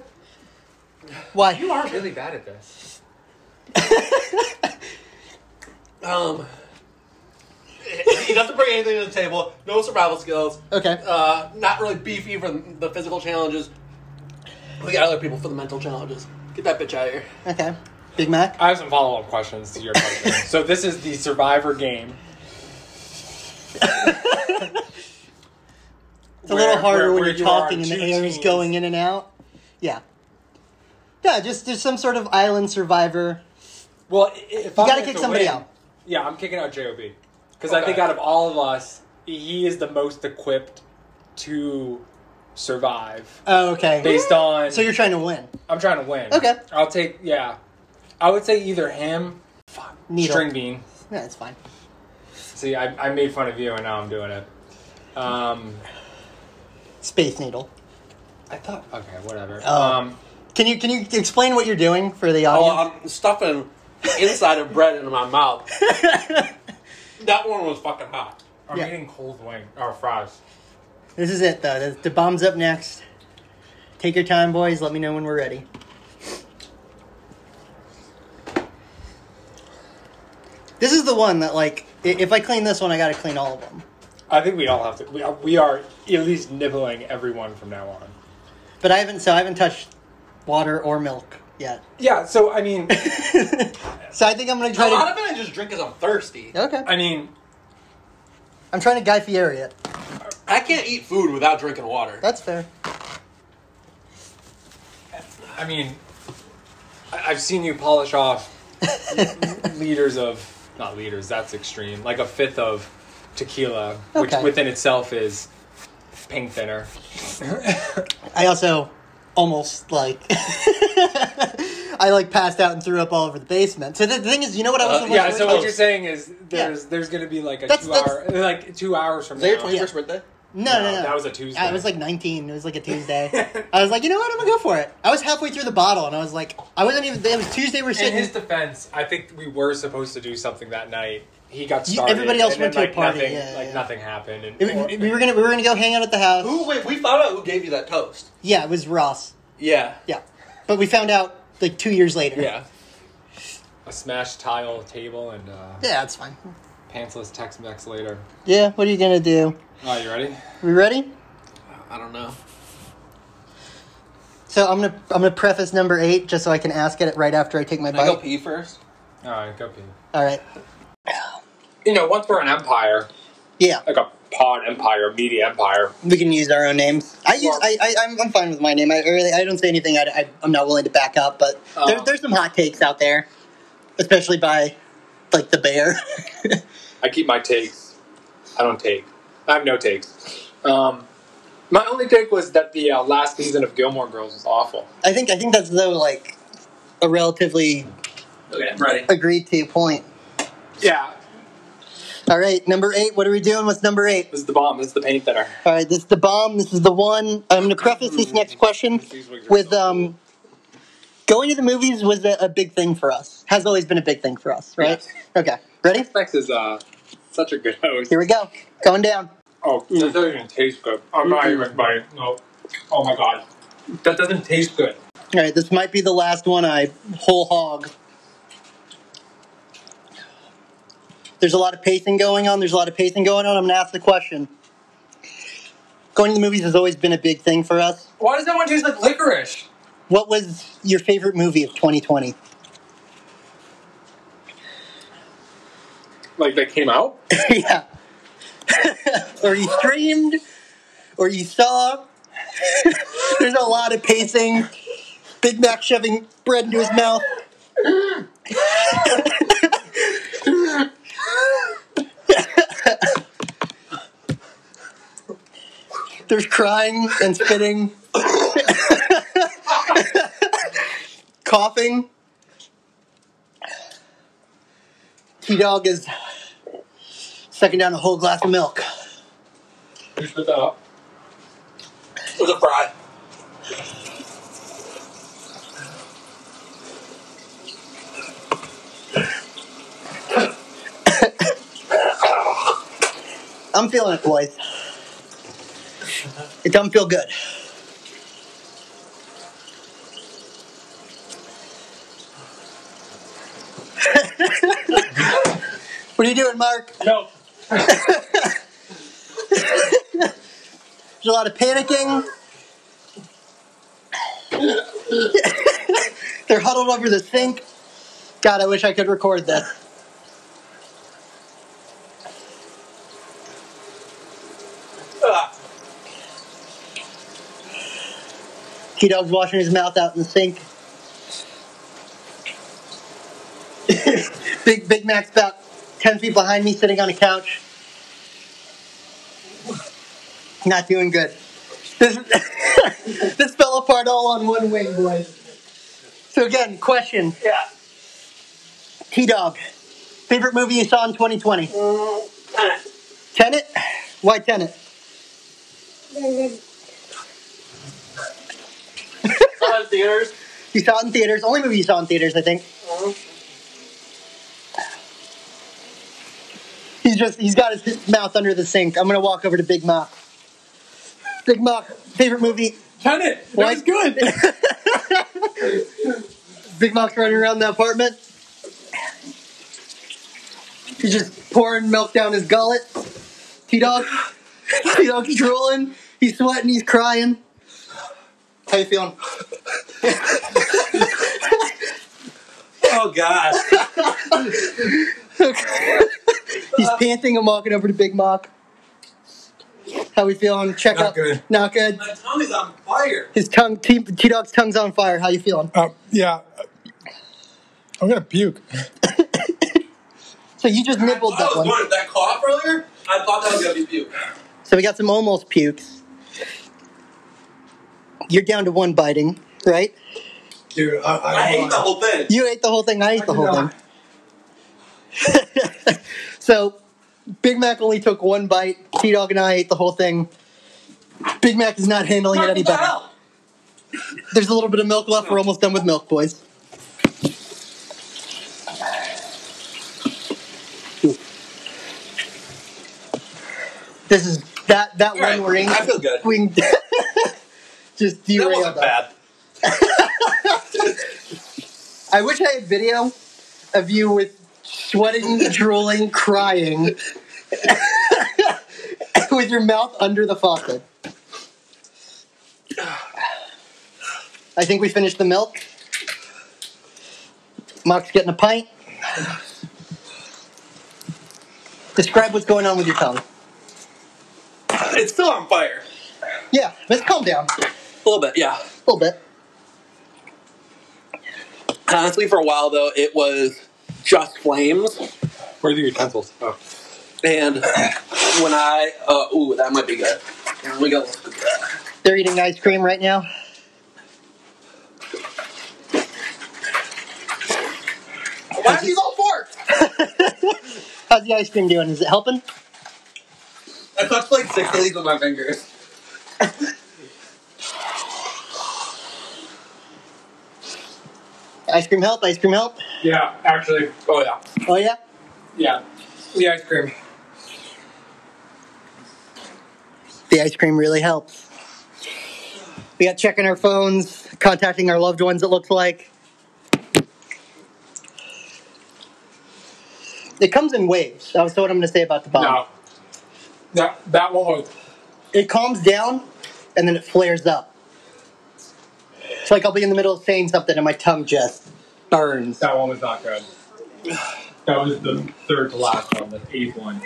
S1: Why?
S4: you are really bad at this.
S2: Um, he doesn't bring anything to the table. No survival skills.
S1: Okay.
S2: Uh, not really beefy for the physical challenges. We got other people for the mental challenges. Get that bitch out of here.
S1: Okay. Big Mac?
S4: I have some follow up questions to your question. so this is the Survivor game.
S1: It's a little harder when you're talking and the air
S4: air's
S1: is going in and out. Yeah. Yeah, just there's some sort of island survivor.
S4: Well, i- if you
S1: gotta kick somebody out.
S4: Yeah, I'm kicking out Job because I
S2: Okay.
S4: think out of all of us, he is the most equipped to survive
S1: Oh, okay.
S4: based on.
S1: so you're trying to win.
S4: I'm trying to win.
S1: Okay.
S4: I'll take yeah. I would say either him, fuck,
S1: Needle.
S4: string bean.
S1: Yeah, it's fine.
S4: See, I, I made fun of you, and now I'm doing it. Um,
S1: Space needle.
S4: I thought okay, whatever.
S1: Oh.
S4: Um,
S1: Can you can you explain what you're doing for the
S2: Oh,
S1: audience?
S2: I'm stuffing the inside of bread into my mouth. that one was fucking hot.
S4: I'm
S1: Yeah.
S4: eating cold wing or fries.
S1: this is it though. The, the bomb's up next. Take your time, boys. Let me know when we're ready. This is the one that like i- if I clean this one, I got to clean all of them.
S4: I think we all have to. We are, we are at least nibbling everyone from now on.
S1: But I haven't so I haven't touched water or milk yet.
S4: Yeah. So I mean,
S1: So I think I'm gonna
S2: A
S1: try
S2: lot of
S1: to.
S2: it I just drink because I'm thirsty.
S1: Okay.
S4: I mean,
S1: I'm trying to Guy Fieri it.
S2: I can't eat food without drinking water.
S1: That's fair.
S4: I mean, I, I've seen you polish off liters of not liters. That's extreme. Like a fifth of tequila, which
S1: Okay.
S4: within itself is pink thinner.
S1: I also almost like I like passed out and threw up all over the basement. So the thing is, you know what I was
S2: Uh,
S1: the
S4: yeah.
S1: one-
S4: So what you're saying is there's
S1: Yeah.
S4: there's gonna be like a
S1: That's-
S4: two
S1: that's-
S4: hour like two hours from
S2: Is that your
S4: now.
S2: 21st birthday?
S1: no, no, no,
S4: that was a Tuesday.
S1: I was like 19. It was like a Tuesday. I was like, you know what? I'm gonna go for it. I was halfway through the bottle and I was like, I wasn't even. It was Tuesday. We're
S4: In
S1: sitting.
S4: his defense, I think we were supposed to do something that night. He got
S1: You-
S4: started.
S1: everybody else
S4: and
S1: went
S4: then,
S1: to a
S4: like,
S1: party,
S4: Nothing,
S1: yeah,
S4: like
S1: yeah.
S4: nothing happened. And,
S1: It- we were gonna we were gonna go hang out at the house.
S2: Who? Wait, we found out who gave you that toast.
S1: Yeah, it was Ross.
S2: Yeah.
S1: Yeah, but we found out like two years later.
S2: Yeah.
S4: a smashed tile table and uh,
S1: Yeah, it's fine.
S4: pantsless Tex-Mex later.
S1: Yeah, what are you gonna do?
S4: All right, you ready?
S1: We ready?
S2: I don't know.
S1: So I'm gonna I'm gonna preface number eight just so I can ask it right after I take my
S2: Can I go
S1: bite.
S2: pee first?
S4: All right, go pee.
S1: All right.
S4: You know, once we're an empire,
S1: Yeah,
S4: like a pod empire, media empire.
S1: we can use our own names. I use I, I I'm, I'm fine with my name. I really I don't say anything. I, I I'm not willing to back up, but there,
S4: Oh.
S1: there's some hot takes out there, especially by like the bear.
S4: I keep my takes. I don't take. I have no takes. Um, my only take was that the uh, last season of Gilmore Girls was awful.
S1: I think I think that's though like a relatively
S2: Okay, I'm ready.
S1: agreed to point.
S4: Yeah,
S1: All right, number eight. What are we doing? What's number eight?
S4: it was the bomb. It's the paint thinner.
S1: All right, this is the bomb. This is the one. I'm going to preface this next question with um, going to the movies was a, a big thing for us. Has always been a big thing for us, right? Okay, ready?
S4: Tex-Mex is uh, such a good host.
S1: Here we go. Going down.
S4: Oh, that doesn't even taste good. I'm not even biting. No. Oh my god. That doesn't taste good.
S1: All right, this might be the last one I whole hog. There's a lot of pacing going on. There's a lot of pacing going on. I'm going to ask the question. Going to the movies has always been a big thing for us.
S4: Why does that one taste like licorice?
S1: What was your favorite movie of 2020?
S4: Like that came out?
S1: yeah. or you streamed, or you saw. There's a lot of pacing. Big Mac shoving bread into his mouth. There's crying and spitting, coughing. T Dog is sucking down a whole glass of milk.
S4: You should put that up.
S2: It was a fry.
S1: I'm feeling it, boys. It doesn't feel good. what are you doing, Mark?
S4: No.
S1: There's a lot of panicking. They're huddled over the sink. God, I wish I could record this.
S2: Ugh.
S1: T Dog's washing his mouth out in the sink. Big Big Mac's about ten feet behind me, sitting on a couch. Not doing good. This, this fell apart all on one wing, boys. So again, question.
S2: Yeah.
S1: T Dog. Favorite movie you saw in 2020?
S2: Mm.
S1: Tenet. Why Tenet?
S2: Saw it in theaters. Mm-hmm.
S1: You saw it in theaters. Only movie you saw in theaters, I think. He's just he's got his mouth under the sink. I'm gonna walk over to Big Mock. Big Mock, favorite movie.
S4: Tenet. That
S1: Why-
S4: was good.
S1: Big Mock's running around the apartment. He's just pouring milk down his gullet. T Dog. T Dog's drooling. He's sweating, he's crying. How you feeling?
S2: Oh god.
S1: He's panting. I'm walking over to Big Mock. How we feeling? Check
S4: Not
S1: up.
S4: good.
S1: Not good.
S2: My tongue is on fire.
S1: His tongue, T Dog's tongue's on fire. How you feeling?
S5: Uh, yeah. I'm gonna puke.
S1: So you just nibbled
S2: I
S1: that one.
S2: was going that cough earlier. I thought that was gonna be puke.
S1: So we got some almost pukes. You're down to one biting, right?
S5: Dude, I, I,
S2: I hate the whole thing.
S1: You ate the whole thing. I ate the
S5: I did
S1: whole
S5: not.
S1: thing. so, Big Mac only took one bite. T Dog and I ate the whole thing. Big Mac is not handling it
S2: What
S1: any
S2: the
S1: better.
S2: hell?
S1: There's a little bit of milk left. We're almost done with milk, boys. This is that that
S2: All
S1: one
S2: right,
S1: ring.
S2: I feel good.
S1: wing just
S2: That
S1: derailed.
S2: wasn't
S1: us.
S2: bad.
S1: I wish I had video of you with sweating, drooling, crying, with your mouth under the faucet. I think we finished the milk. Mark's getting a pint. Describe what's going on with your tongue.
S2: It's still on fire.
S1: Yeah, let's calm down a
S2: A little bit, yeah.
S1: little bit.
S2: Honestly, for a while though, it was just flames.
S4: Where are the utensils? Oh.
S2: And when I, uh, ooh, that might be good. Here we go.
S1: They're eating ice cream right now.
S2: Why are these all forks?
S1: How's the ice cream doing? Is it helping?
S2: I touched like six of these with my fingers.
S1: Ice cream help, ice cream help.
S4: Yeah, actually. Oh yeah.
S1: Oh yeah?
S4: Yeah. The ice cream.
S1: The ice cream really helps. We got checking our phones, contacting our loved ones, it looks like. It comes in waves. That was what I'm going to say about the bomb.
S4: No. That that one was
S1: It calms down and then it flares up. It's like I'll be in the middle of saying something and my tongue just burns.
S4: that one was not good. That was the third to last one, the eighth one.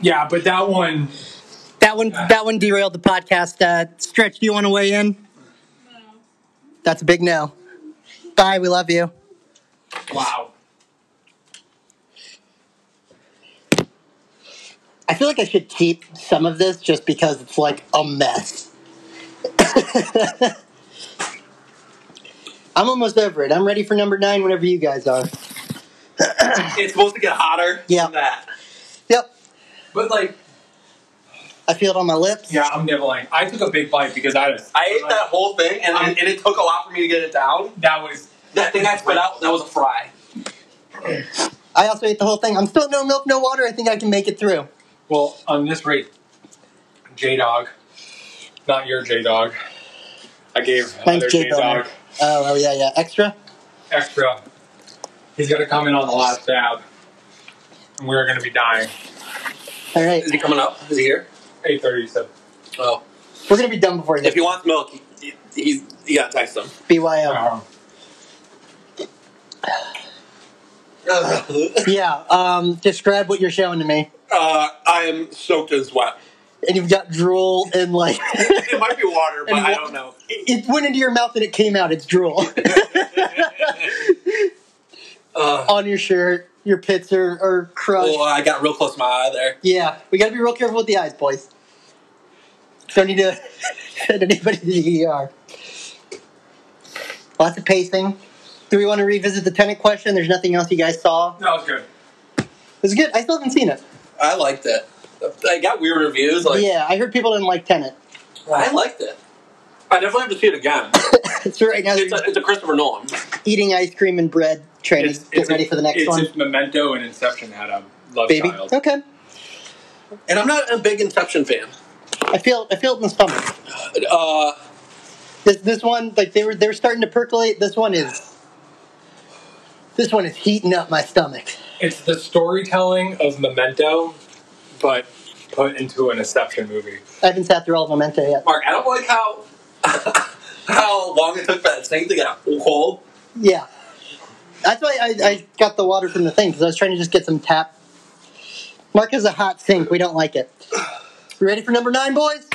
S4: Yeah, but that one
S1: That one, that one derailed the podcast. Uh, Stretch, do you want to weigh in? That's a big no. Bye. We love you.
S4: wow.
S1: I feel like I should keep some of this just because it's like a mess. I'm almost over it. I'm ready for number nine whenever you guys are.
S2: It's supposed to get hotter
S1: Yeah.
S2: than that.
S1: Yep.
S4: But like
S1: I feel it on my lips.
S4: yeah, I'm nibbling. I took a big bite because I was
S2: I ate that whole thing, and, it- and it took a lot for me to get it down.
S4: that was
S2: That thing I spit out, that was a fry.
S1: I also ate the whole thing. I'm still no milk, no water. I think I can make it through.
S4: well on this rate J Dog. Not your J Dog. I gave
S1: Mine's
S4: other
S1: J
S4: J Dog
S1: Dog. Oh, oh yeah, yeah. Extra.
S4: extra. He's gonna come in on the last stab. And we're gonna be dying.
S1: All right.
S2: Is he coming up? Is he here?
S4: Eight thirty so
S2: Oh.
S1: We're gonna be done before
S2: If
S1: this.
S2: he wants milk, he, he, he got to text him.
S1: BYO.
S4: um,
S2: Ugh.
S1: Yeah. Um, describe what you're showing to me.
S2: Uh, I am soaked in sweat.
S1: And you've got drool and like
S2: It might be water, but
S1: And
S2: I
S1: wa-
S2: don't know.
S1: it went into your mouth and it came out. It's drool.
S2: Uh,
S1: on your shirt. Your pits are, are crushed.
S2: oh, I got real close to my eye there.
S1: Yeah, we gotta be real careful with the eyes, boys. Don't need to send anybody to the ER. Lots of pacing. Do we want to revisit the tenant question? There's nothing else you guys saw.
S3: That was good.
S1: It was good. I still haven't seen it.
S2: I liked it. I got weird reviews. Like
S1: yeah, I heard people didn't like Tenant.
S2: I liked it. I definitely have to see it again.
S1: so right now they're
S2: It's a, it's a Christopher Nolan.
S1: eating ice cream and bread, training,
S3: It's,
S1: get
S3: it's
S1: ready
S3: if-
S1: for the next
S3: it's
S1: one.
S3: if Memento and Inception had a love
S1: Baby,
S3: child.
S1: okay.
S2: And I'm not a big Inception fan.
S1: I feel I feel it in the stomach.
S2: Uh,
S1: This this one like they were they were starting to percolate. This one is this one is heating up my stomach.
S3: It's the storytelling of Memento, but put into an Inception movie.
S1: I haven't sat through all of Memento yet.
S2: Mark, I don't like how how long it took for that snake to get cold.
S1: Yeah, that's why I, I got the water from the thing because I was trying to just get some tap. Mark has a hot sink. We don't like it. You ready for number nine, boys?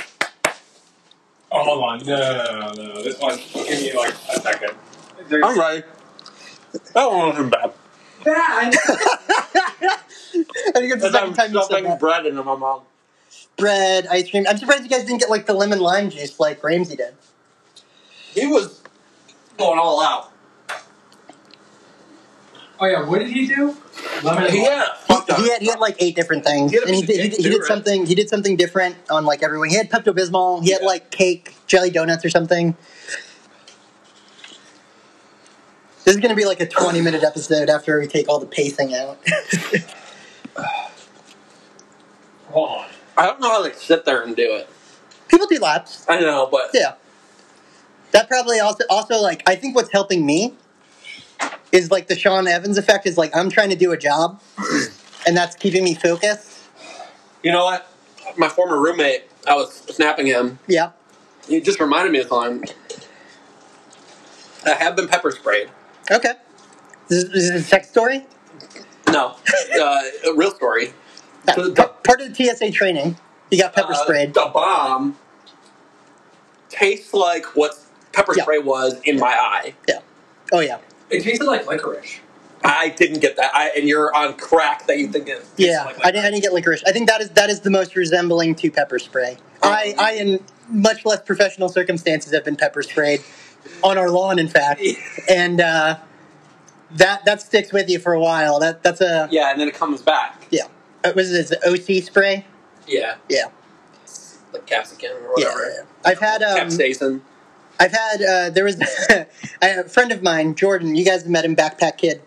S3: Oh, hold on. No, no, no, no, no. This one, give me like a second. There's,
S6: right. That one wasn't bad.
S7: Bad.
S1: I think it's the second time you said that.
S6: bread into my mouth.
S1: Bread, ice cream. I'm surprised you guys didn't get like the lemon lime juice like Ramsey did.
S2: He was going all out.
S3: oh yeah, what did he do? Lemon.
S2: He had a fucked up.
S1: He had, he had like eight different things,
S2: He had a
S1: and he
S2: piece of
S1: did, he,
S2: cake
S1: did- he
S2: too,
S1: did
S2: right?
S1: something. He did something different on like everyone. He had Pepto Bismol. He had
S2: Yeah.
S1: like cake, jelly donuts, or something. This is going to be like a twenty-minute episode after we take all the pacing out.
S3: Hold on.
S2: I don't know how they sit there and do it.
S1: People do laps,
S2: I know, but
S1: yeah. That probably also also like I think what's helping me is like the Sean Evans effect. Is like I'm trying to do a job, and that's keeping me focused.
S2: you know what? My former roommate, I was snapping him.
S1: Yeah.
S2: He just reminded me of something. I have been pepper sprayed.
S1: Okay. This is, this is a sex story.
S2: No, uh, a real story.
S1: Yeah,
S2: So the-
S1: par- part of the TSA training, you got pepper
S2: Uh,
S1: sprayed.
S2: The bomb tastes like what pepper
S1: Yeah.
S2: spray was in my eye.
S1: Oh yeah,
S3: It tasted like licorice.
S2: I didn't get that. I, and you're on crack that you think it tastes
S1: yeah.
S2: like
S1: I didn't. I didn't get licorice. I think that is that is the most resembling to pepper spray.
S2: Oh.
S1: I, I in much less professional circumstances have been pepper sprayed on our lawn, in fact, and uh, that that sticks with you for a while. That that's a
S2: Yeah, and then it comes back.
S1: uh, was it the OC spray?
S2: Yeah.
S1: Yeah.
S2: Like capsicum or
S1: Yeah.
S2: whatever.
S1: I've had um,
S2: Capsaicin.
S1: I've had uh, there was I- a friend of mine, Jordan. You guys have met him, Backpack Kid.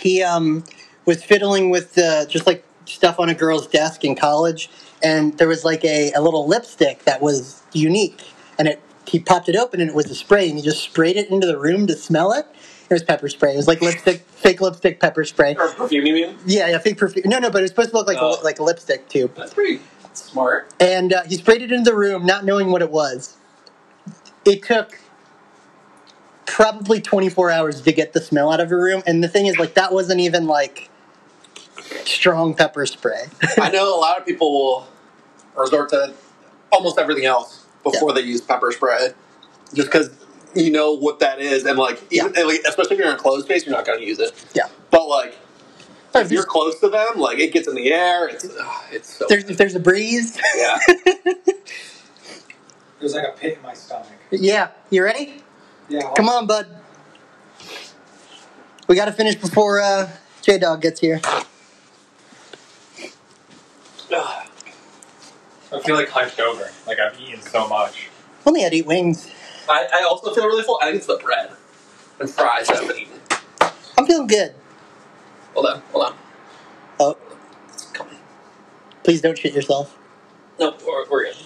S1: He um, was fiddling with uh, just like stuff on a girl's desk in college, and there was like a, a little lipstick that was unique, and it he popped it open and it was a spray, and he just sprayed it into the room to smell it. It was pepper spray. It was like lipstick, fake lipstick pepper spray.
S2: Or perfume, you mean?
S1: Yeah, yeah, fake perfume. No, no, but it was supposed to look like
S2: Oh.
S1: a, like a lipstick too.
S2: That's pretty smart.
S1: And uh, he sprayed it into the room, not knowing what it was. It took probably 24 hours to get the smell out of her room. And the thing is, like, that wasn't even like strong pepper spray.
S2: I know a lot of people will resort to almost everything else before they use pepper spray, just because you know what that is, and like, even, and, like, especially if you're in a closed space, you're not going to use it.
S1: Yeah.
S2: But like,
S1: Or
S2: if you're close to them, like it gets in the air. It's ugh, it's so
S1: there's, if there's a breeze.
S2: yeah.
S3: There's like a pit in my stomach.
S1: yeah. You ready?
S3: Yeah.
S1: Come on, bud. We got to finish before uh, J Dog gets here.
S2: Ugh.
S3: I feel like hunched over. Like I've eaten so much.
S1: Only had eight wings.
S2: I, I also feel really full. I think it's the bread and fries that I've been eating.
S1: I'm feeling good.
S2: Hold on, hold on.
S1: Oh,
S2: It's coming.
S1: please don't shit yourself.
S2: No, we're, we're good.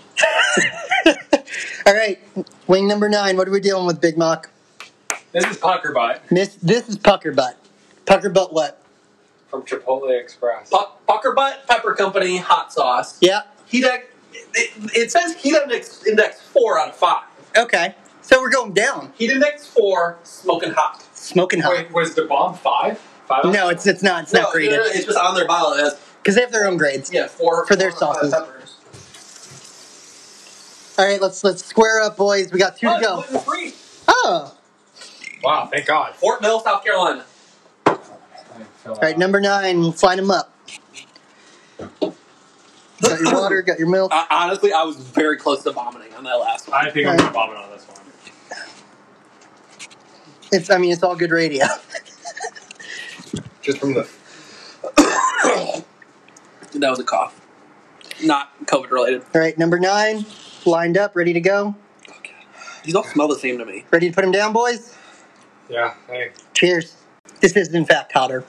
S1: All right. Wing number nine. What are we dealing with, Big Mock?
S3: This is Pucker Butt
S1: Miss, this is pucker butt. Pucker butt what?
S3: from Chipotle Express.
S2: Puck, Pucker Butt Pepper Company hot sauce.
S1: Yeah.
S2: Heat index. It, it says heat index index four out of five.
S1: Okay. So we're going down.
S2: Heat index four, smoking hot.
S1: Smoking hot.
S3: Wait, was the bomb five? Five?
S1: No, it's it's not. It's
S2: No,
S1: not
S2: no,
S1: graded
S2: no, it's just on their bottle. It has,
S1: because they have their own grades.
S2: yeah, four
S1: For their
S2: four out of
S1: sauces.
S2: five peppers.
S1: All right. Let's let's square up, boys. We got two to
S2: What?
S1: go.
S2: Gluten free.
S1: Oh.
S3: Wow, thank God.
S2: Fort Mill, South Carolina.
S1: All right. Number nine. We'll line them up. Got your water, got your milk.
S2: I, honestly, I was very close to vomiting on that last one.
S4: I think I'm gonna vomit on this one.
S1: It's, I mean, it's all good radio.
S8: Just from the.
S2: That was a cough, not COVID related.
S1: All right, number nine, lined up, ready to go.
S2: These all smell the same to me.
S1: Ready to put him down, boys?
S4: Yeah. Hey.
S1: Cheers. This is, in fact, hotter.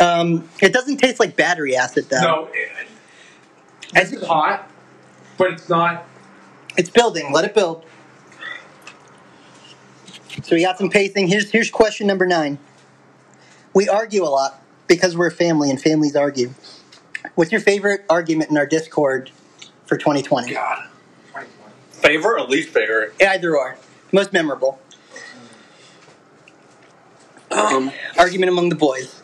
S1: Um, it doesn't taste like battery acid, though.
S4: No. It, this is hot, but it's not.
S1: It's building. Let it build. So we got some pacing. Here's here's question number nine. We argue a lot because we're a family and families argue. What's your favorite argument in our Discord for 2020?
S2: God, favorite or least favorite?
S1: Either or, most memorable
S2: Um,
S1: argument among the boys.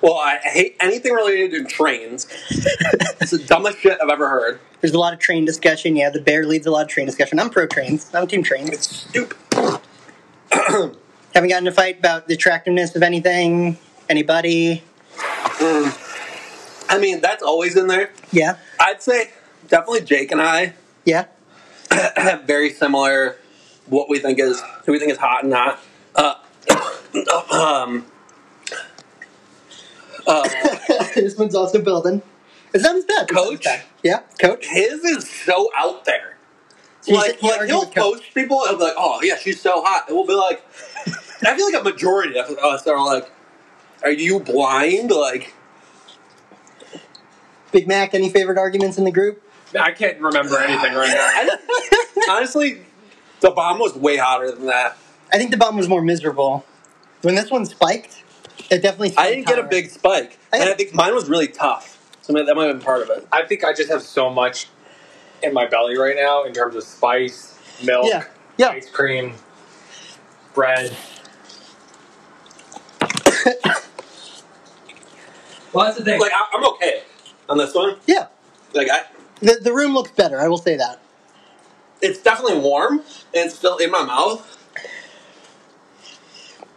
S2: well, I hate anything related to trains. it's the dumbest shit I've ever heard.
S1: There's a lot of train discussion. Yeah, the bear leads a lot of train discussion. I'm pro trains. I'm team trains.
S2: Stupid.
S1: Haven't gotten in a fight about the attractiveness of anything, anybody.
S2: I mean, that's always in there.
S1: Yeah,
S2: I'd say definitely Jake and I
S1: yeah.
S2: have very similar what we think is who we think is hot and not. Uh, um, uh,
S1: this one's also building. It's not as bad. It's not as
S2: Coach?
S1: bad. Yeah, coach.
S2: his is so out there.
S1: He's-
S2: like,
S1: he
S2: like
S1: argued
S2: he'll
S1: with Coach.
S2: post people and be like, "Oh yeah, she's so hot," and we'll be like, I feel like a majority of us are like, "Are you blind?" Like,
S1: Big Mac, any favorite arguments in the group?
S4: I can't remember anything right now.
S2: I don't- honestly, the bomb was way hotter than that.
S1: I think the bomb was more miserable. When this one spiked, it definitely.
S2: I didn't get a big spike,
S1: I
S2: and
S1: got-
S2: I think mine was really tough. So that might have been part of it.
S4: I think I just have so much in my belly right now in terms of spice, milk,
S1: Yeah, yeah.
S4: ice cream, bread.
S3: Well, that's the thing.
S2: Like, I, I'm okay on this one.
S1: Yeah,
S2: Like, I,
S1: the the room looks better. I will say that.
S2: it's definitely warm, and it's still in my mouth.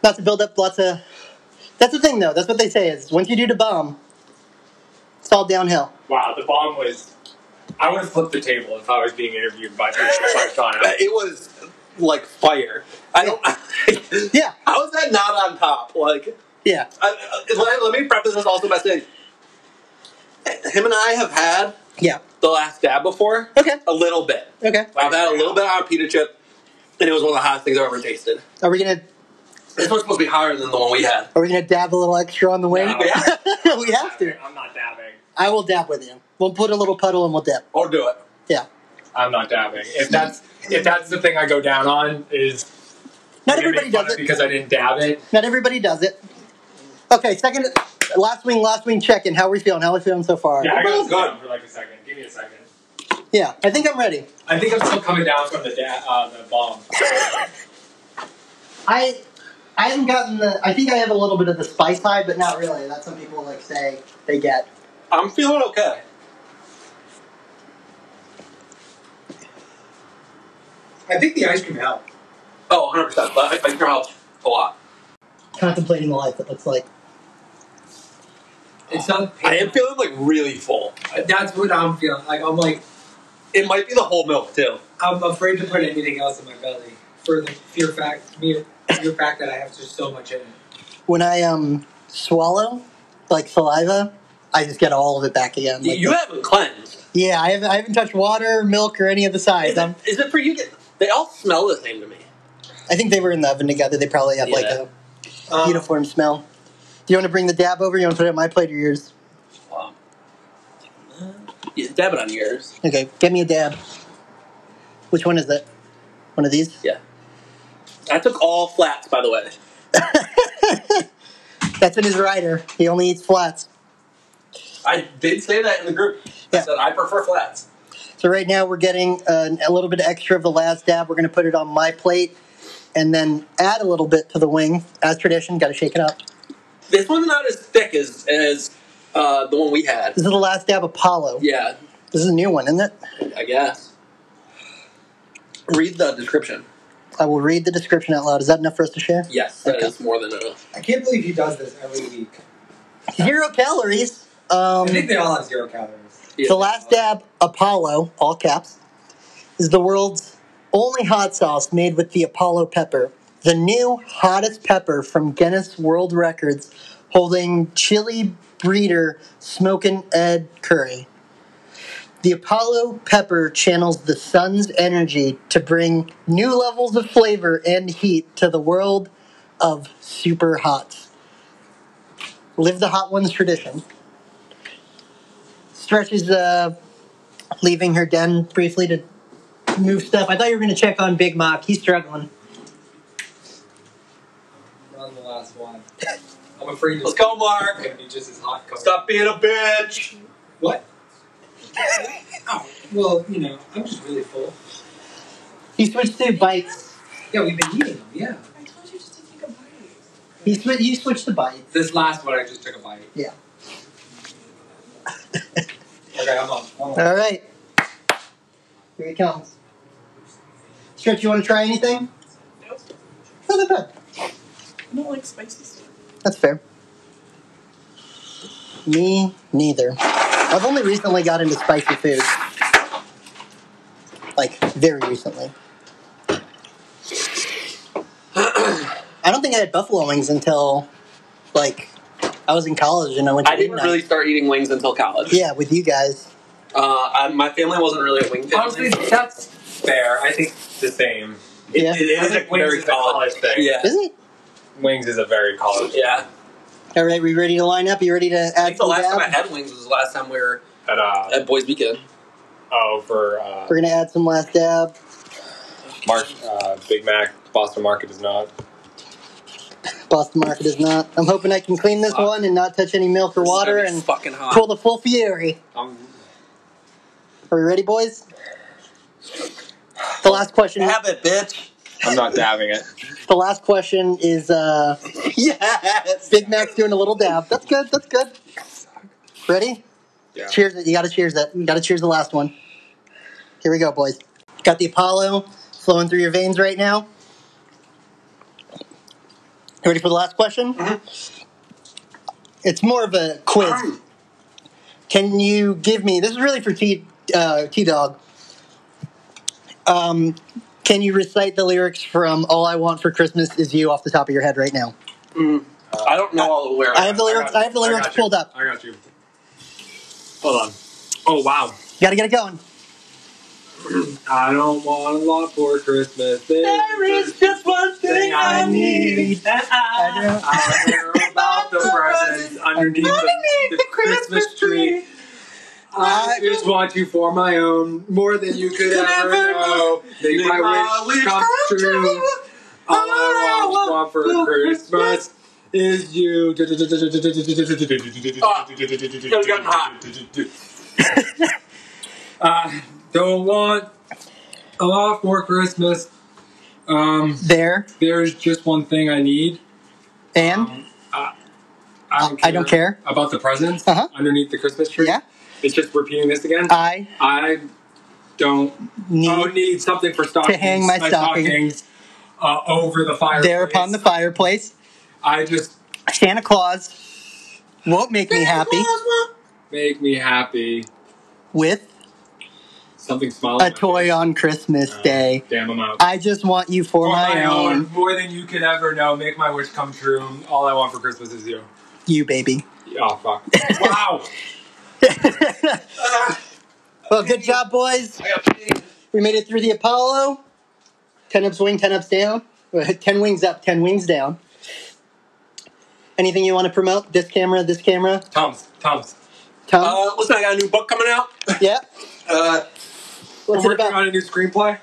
S1: Not to build up lots of. That's the thing, though. That's what they say is once you do the bomb, it's all downhill.
S4: Wow, the bomb was. I would have flipped the table if I was being interviewed by by Sean.
S2: It was like fire. I don't.
S1: Yeah,
S2: How is that not on top? Like,
S1: yeah,
S2: I, I- let, let me preface this also by saying, him and I have had
S1: yeah.
S2: the last dab before.
S1: Okay.
S2: A little bit.
S1: Okay.
S2: I've had a little bit on a pita chip, and it was one of the hottest things I've ever tasted.
S1: Are we gonna
S2: This one's supposed to be higher than the one we had.
S1: Are we gonna dab a little extra on the wing?
S4: No.
S1: we have to.
S4: I'm not dabbing.
S1: I will dab with you. We'll put a little puddle and we'll dip.
S2: Or do it.
S1: Yeah.
S4: I'm not dabbing. If that's if that's the thing I go down on is
S1: Not
S4: you're
S1: everybody
S4: gonna make fun
S1: does
S4: of
S1: it.
S4: because I didn't dab it.
S1: Not everybody does it. Okay, second, last wing, last wing check in. How are we feeling? How are we feeling so far?
S4: Yeah, I
S2: Well,
S4: got
S2: good.
S4: good for like a second. Give me a second.
S1: Yeah, I think I'm ready.
S4: I think I'm still coming down from the da- uh, the bomb.
S1: I I haven't gotten the. I think I have a little bit of the spice high, but not really. That's what people like say they get.
S2: I'm feeling okay.
S8: I think the ice cream helped.
S2: Oh, 100%. But I think your helped a lot.
S1: Contemplating the life, it looks like.
S3: it's not.
S2: I am feeling like really full.
S3: That's what I'm feeling. Like I'm like
S2: It might be the whole milk too.
S3: I'm afraid to put anything else in my belly for the fear fact, mere, mere fact that I have just so much in it.
S1: When I um swallow, like saliva, I just get all of it back again. Like,
S2: you haven't cleansed.
S1: yeah, I haven't, I haven't touched water, milk, or any of the sides.
S2: Is
S1: I'm,
S2: it, is it for you? to- They all smell the same to me.
S1: I think they were in the oven together. They probably have like
S2: Yeah.
S1: a
S3: Um,
S1: uniform smell. Do you want to bring the dab over? You want to put it on my plate or yours?
S2: Wow. Yeah, dab it on yours.
S1: Okay, get me a dab. Which one is it? One of these?
S2: Yeah. I took all flats, by the way.
S1: That's in his rider. He only eats flats.
S2: I did say that in the group. I
S1: Yeah.
S2: said I prefer flats.
S1: So right now we're getting uh, a little bit extra of the last dab. We're going to put it on my plate and then add a little bit to the wing. As tradition, got to shake it up.
S2: This one's not as thick as as uh, the one we had.
S1: This is the last dab Apollo.
S2: Yeah,
S1: This is a new one, isn't it?
S2: I guess. Read the description.
S1: I will read the description out loud. Is that enough for us to share?
S2: Yes, that is
S1: Okay.
S2: more than enough.
S3: I can't believe he does this every week.
S1: Zero calories. Um,
S3: I think they all have zero calories.
S1: The last dab, Apollo, all caps, is the world's only hot sauce made with the Apollo pepper, the new hottest pepper from Guinness World Records, holding chili breeder Smokin' Ed Curry. The Apollo pepper channels the sun's energy to bring new levels of flavor and heat to the world of super hots. Live the hot ones tradition stretches uh, leaving her den briefly to move stuff. I thought you were going to check on Big Mock. He's struggling.
S3: We're on the last one. I'm afraid
S2: Let's
S3: it's
S2: go, Mark.
S3: going to be just as hot. Covered.
S2: Stop being a bitch.
S3: What? oh, well, you know, I'm just really full.
S1: He switched to bites.
S3: Yeah, we've been eating them, yeah.
S9: I told you just to take a bite.
S1: He sw- you switched to bites.
S3: This last one, I just took a bite.
S1: Yeah.
S3: Okay, I'm on. I'm on.
S1: All right. Here he comes. Stretch, you want to try anything?
S9: Nope.
S1: No, not bad.
S9: I don't like spicy stuff.
S1: That's fair. Me neither. I've only recently got into spicy food. Like, very recently. I don't think I had buffalo wings until, like, I was in college and I went to
S10: I didn't
S1: Wingnuts.
S10: really start eating wings until college.
S1: Yeah, with you guys.
S10: Uh, I, my family wasn't really a wing family.
S3: Honestly, that's
S4: Fair. I think the same.
S10: it,
S1: Yeah.
S10: it is a
S4: Wings
S10: very
S4: is a
S10: college
S4: college thing.
S10: Yeah.
S1: Isn't it?
S4: Wings is a very college.
S10: Yeah.
S1: All right, we ready to line up? You ready to
S10: I
S1: add
S10: think the
S1: some
S10: last time I
S1: dab?
S10: had wings was the last time we were
S4: At, uh,
S10: at Boys Weekend.
S4: oh, for uh,
S1: We're gonna add some last dab.
S4: Mark, uh, Big Mac, Boston Market is not.
S1: Boston Market is not. I'm hoping I can clean this
S10: Fuck.
S1: one and not touch any milk or
S10: This is
S1: water
S10: gonna be
S1: and
S10: fucking hot.
S1: pull the full Fury.
S4: Um,
S1: Are we ready, boys? The last question.
S10: Have it, bitch.
S4: I'm not dabbing it.
S1: The last question is uh,
S10: yes.
S1: Big Mac's doing a little dab. That's good. That's good. Ready?
S4: Yeah.
S1: Cheers it. You gotta cheers that. You gotta cheers the last one. Here we go, boys. Got the Apollo flowing through your veins right now. You ready for the last question? It's more of a quiz. Can you give me? This is really for T uh, T Dog. Um, can you recite the lyrics from "All I Want for Christmas Is You" off the top of your head right now?
S10: I don't know all the where.
S1: I have the lyrics. I, have the
S4: I
S1: lyrics
S4: got you.
S1: pulled up.
S4: I got you. Hold on. Oh wow!
S1: You gotta get it going.
S4: I don't want a lot for Christmas. There is
S10: just one
S4: thing I need.
S1: I don't-
S4: I care about the presents underneath the, the Christmas tree. I just want you for my own, more than you could ever know. Make my wish come true. All I want, want for Christmas is you.
S10: getting hot.
S4: I don't want a lot for Christmas. Um,
S1: There
S4: there's just one thing I need.
S1: and
S4: Um, I
S1: I don't care.
S4: about the presents
S1: Uh-huh.
S4: underneath the Christmas tree.
S1: yeah,
S4: It's just repeating this again.
S1: I
S4: I don't oh,
S1: need
S4: need something for stockings.
S1: hang my stocking.
S4: stockings uh, over the fire.
S1: there upon the fireplace.
S4: I just
S1: Santa Claus won't make me happy
S4: make me happy.
S1: with
S4: Something small. Uh,
S1: a toy on Christmas Day.
S4: Damn, I'm out.
S1: I just want you for,
S4: for
S1: my, own,
S4: more than you could ever know. Make my wish come true. All I want for Christmas is you.
S1: you baby.
S4: Oh fuck! wow.
S1: well, good job, boys. We made it through the Apollo. Ten ups wing, ten ups down. ten wings up, ten wings down. Anything you want to promote? This camera, this camera.
S4: Tom's. Tom's.
S1: Tom?
S10: Uh, listen, I got a new book coming out.
S1: yeah.
S10: Uh,
S1: What's
S4: We're
S1: it
S4: working
S1: about?
S4: on Uh, a new screenplay.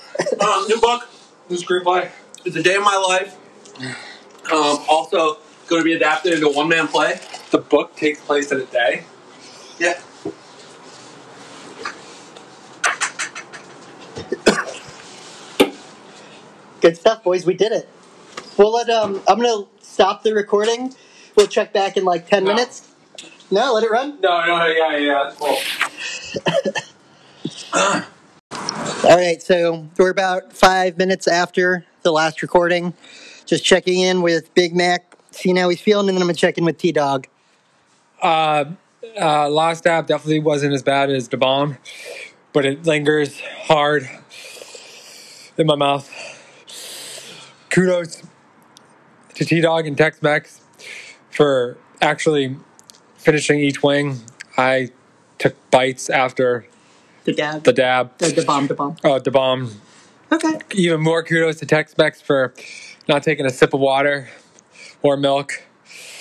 S10: um, new book.
S4: New screenplay.
S10: It's a day in my life. Um, also, going to be adapted into a one man play.
S4: The book takes place in a day.
S10: Yeah.
S1: Good stuff, boys. We did it. We'll let um. I'm gonna stop the recording. We'll check back in like ten
S4: No.
S1: minutes. No, let it run.
S4: No, no, yeah, yeah, that's cool.
S1: All right. So we're about five minutes after the last recording. Just checking in with Big Mac, seeing how he's feeling, and then I'm gonna check in with T Dog.
S4: Uh, uh, Last App definitely wasn't as bad as the bomb, but it lingers hard in my mouth. Kudos to T Dog and Tex Mex for actually finishing each wing. I took bites after
S1: The dab.
S4: the dab.
S1: The, the bomb, the bomb.
S4: Oh, the bomb.
S1: Okay.
S4: Even more kudos to Tex Mex for not taking a sip of water or milk.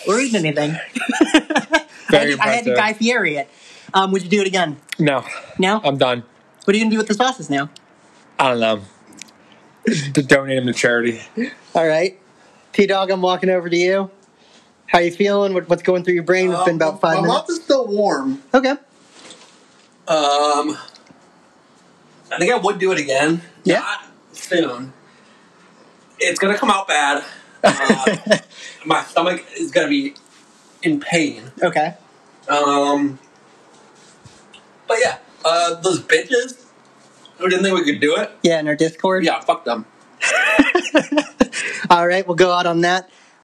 S1: Or eating anything. I,
S4: Very
S1: had, to- I had to
S4: impressive.
S1: Guy Fieri it. Um, would you do it again?
S4: No,
S1: No?
S4: I'm done.
S1: what are you going to do with the sauces now?
S4: I don't know. to donate them to charity.
S1: All right. T Dog, I'm walking over to you. How you feeling? What, what's going through your brain?
S10: Um,
S1: It's been about five
S2: my
S1: minutes.
S2: mouth is still warm.
S1: Okay.
S2: Um, I think I would do it again.
S1: Yeah.
S2: Not soon. It's gonna come out bad. Uh, my stomach is gonna be in pain.
S1: Okay.
S2: Um, but yeah, uh, those bitches who didn't think we could do it.
S1: Yeah, in our Discord.
S2: Yeah, fuck them.
S1: All right, we'll go out on that.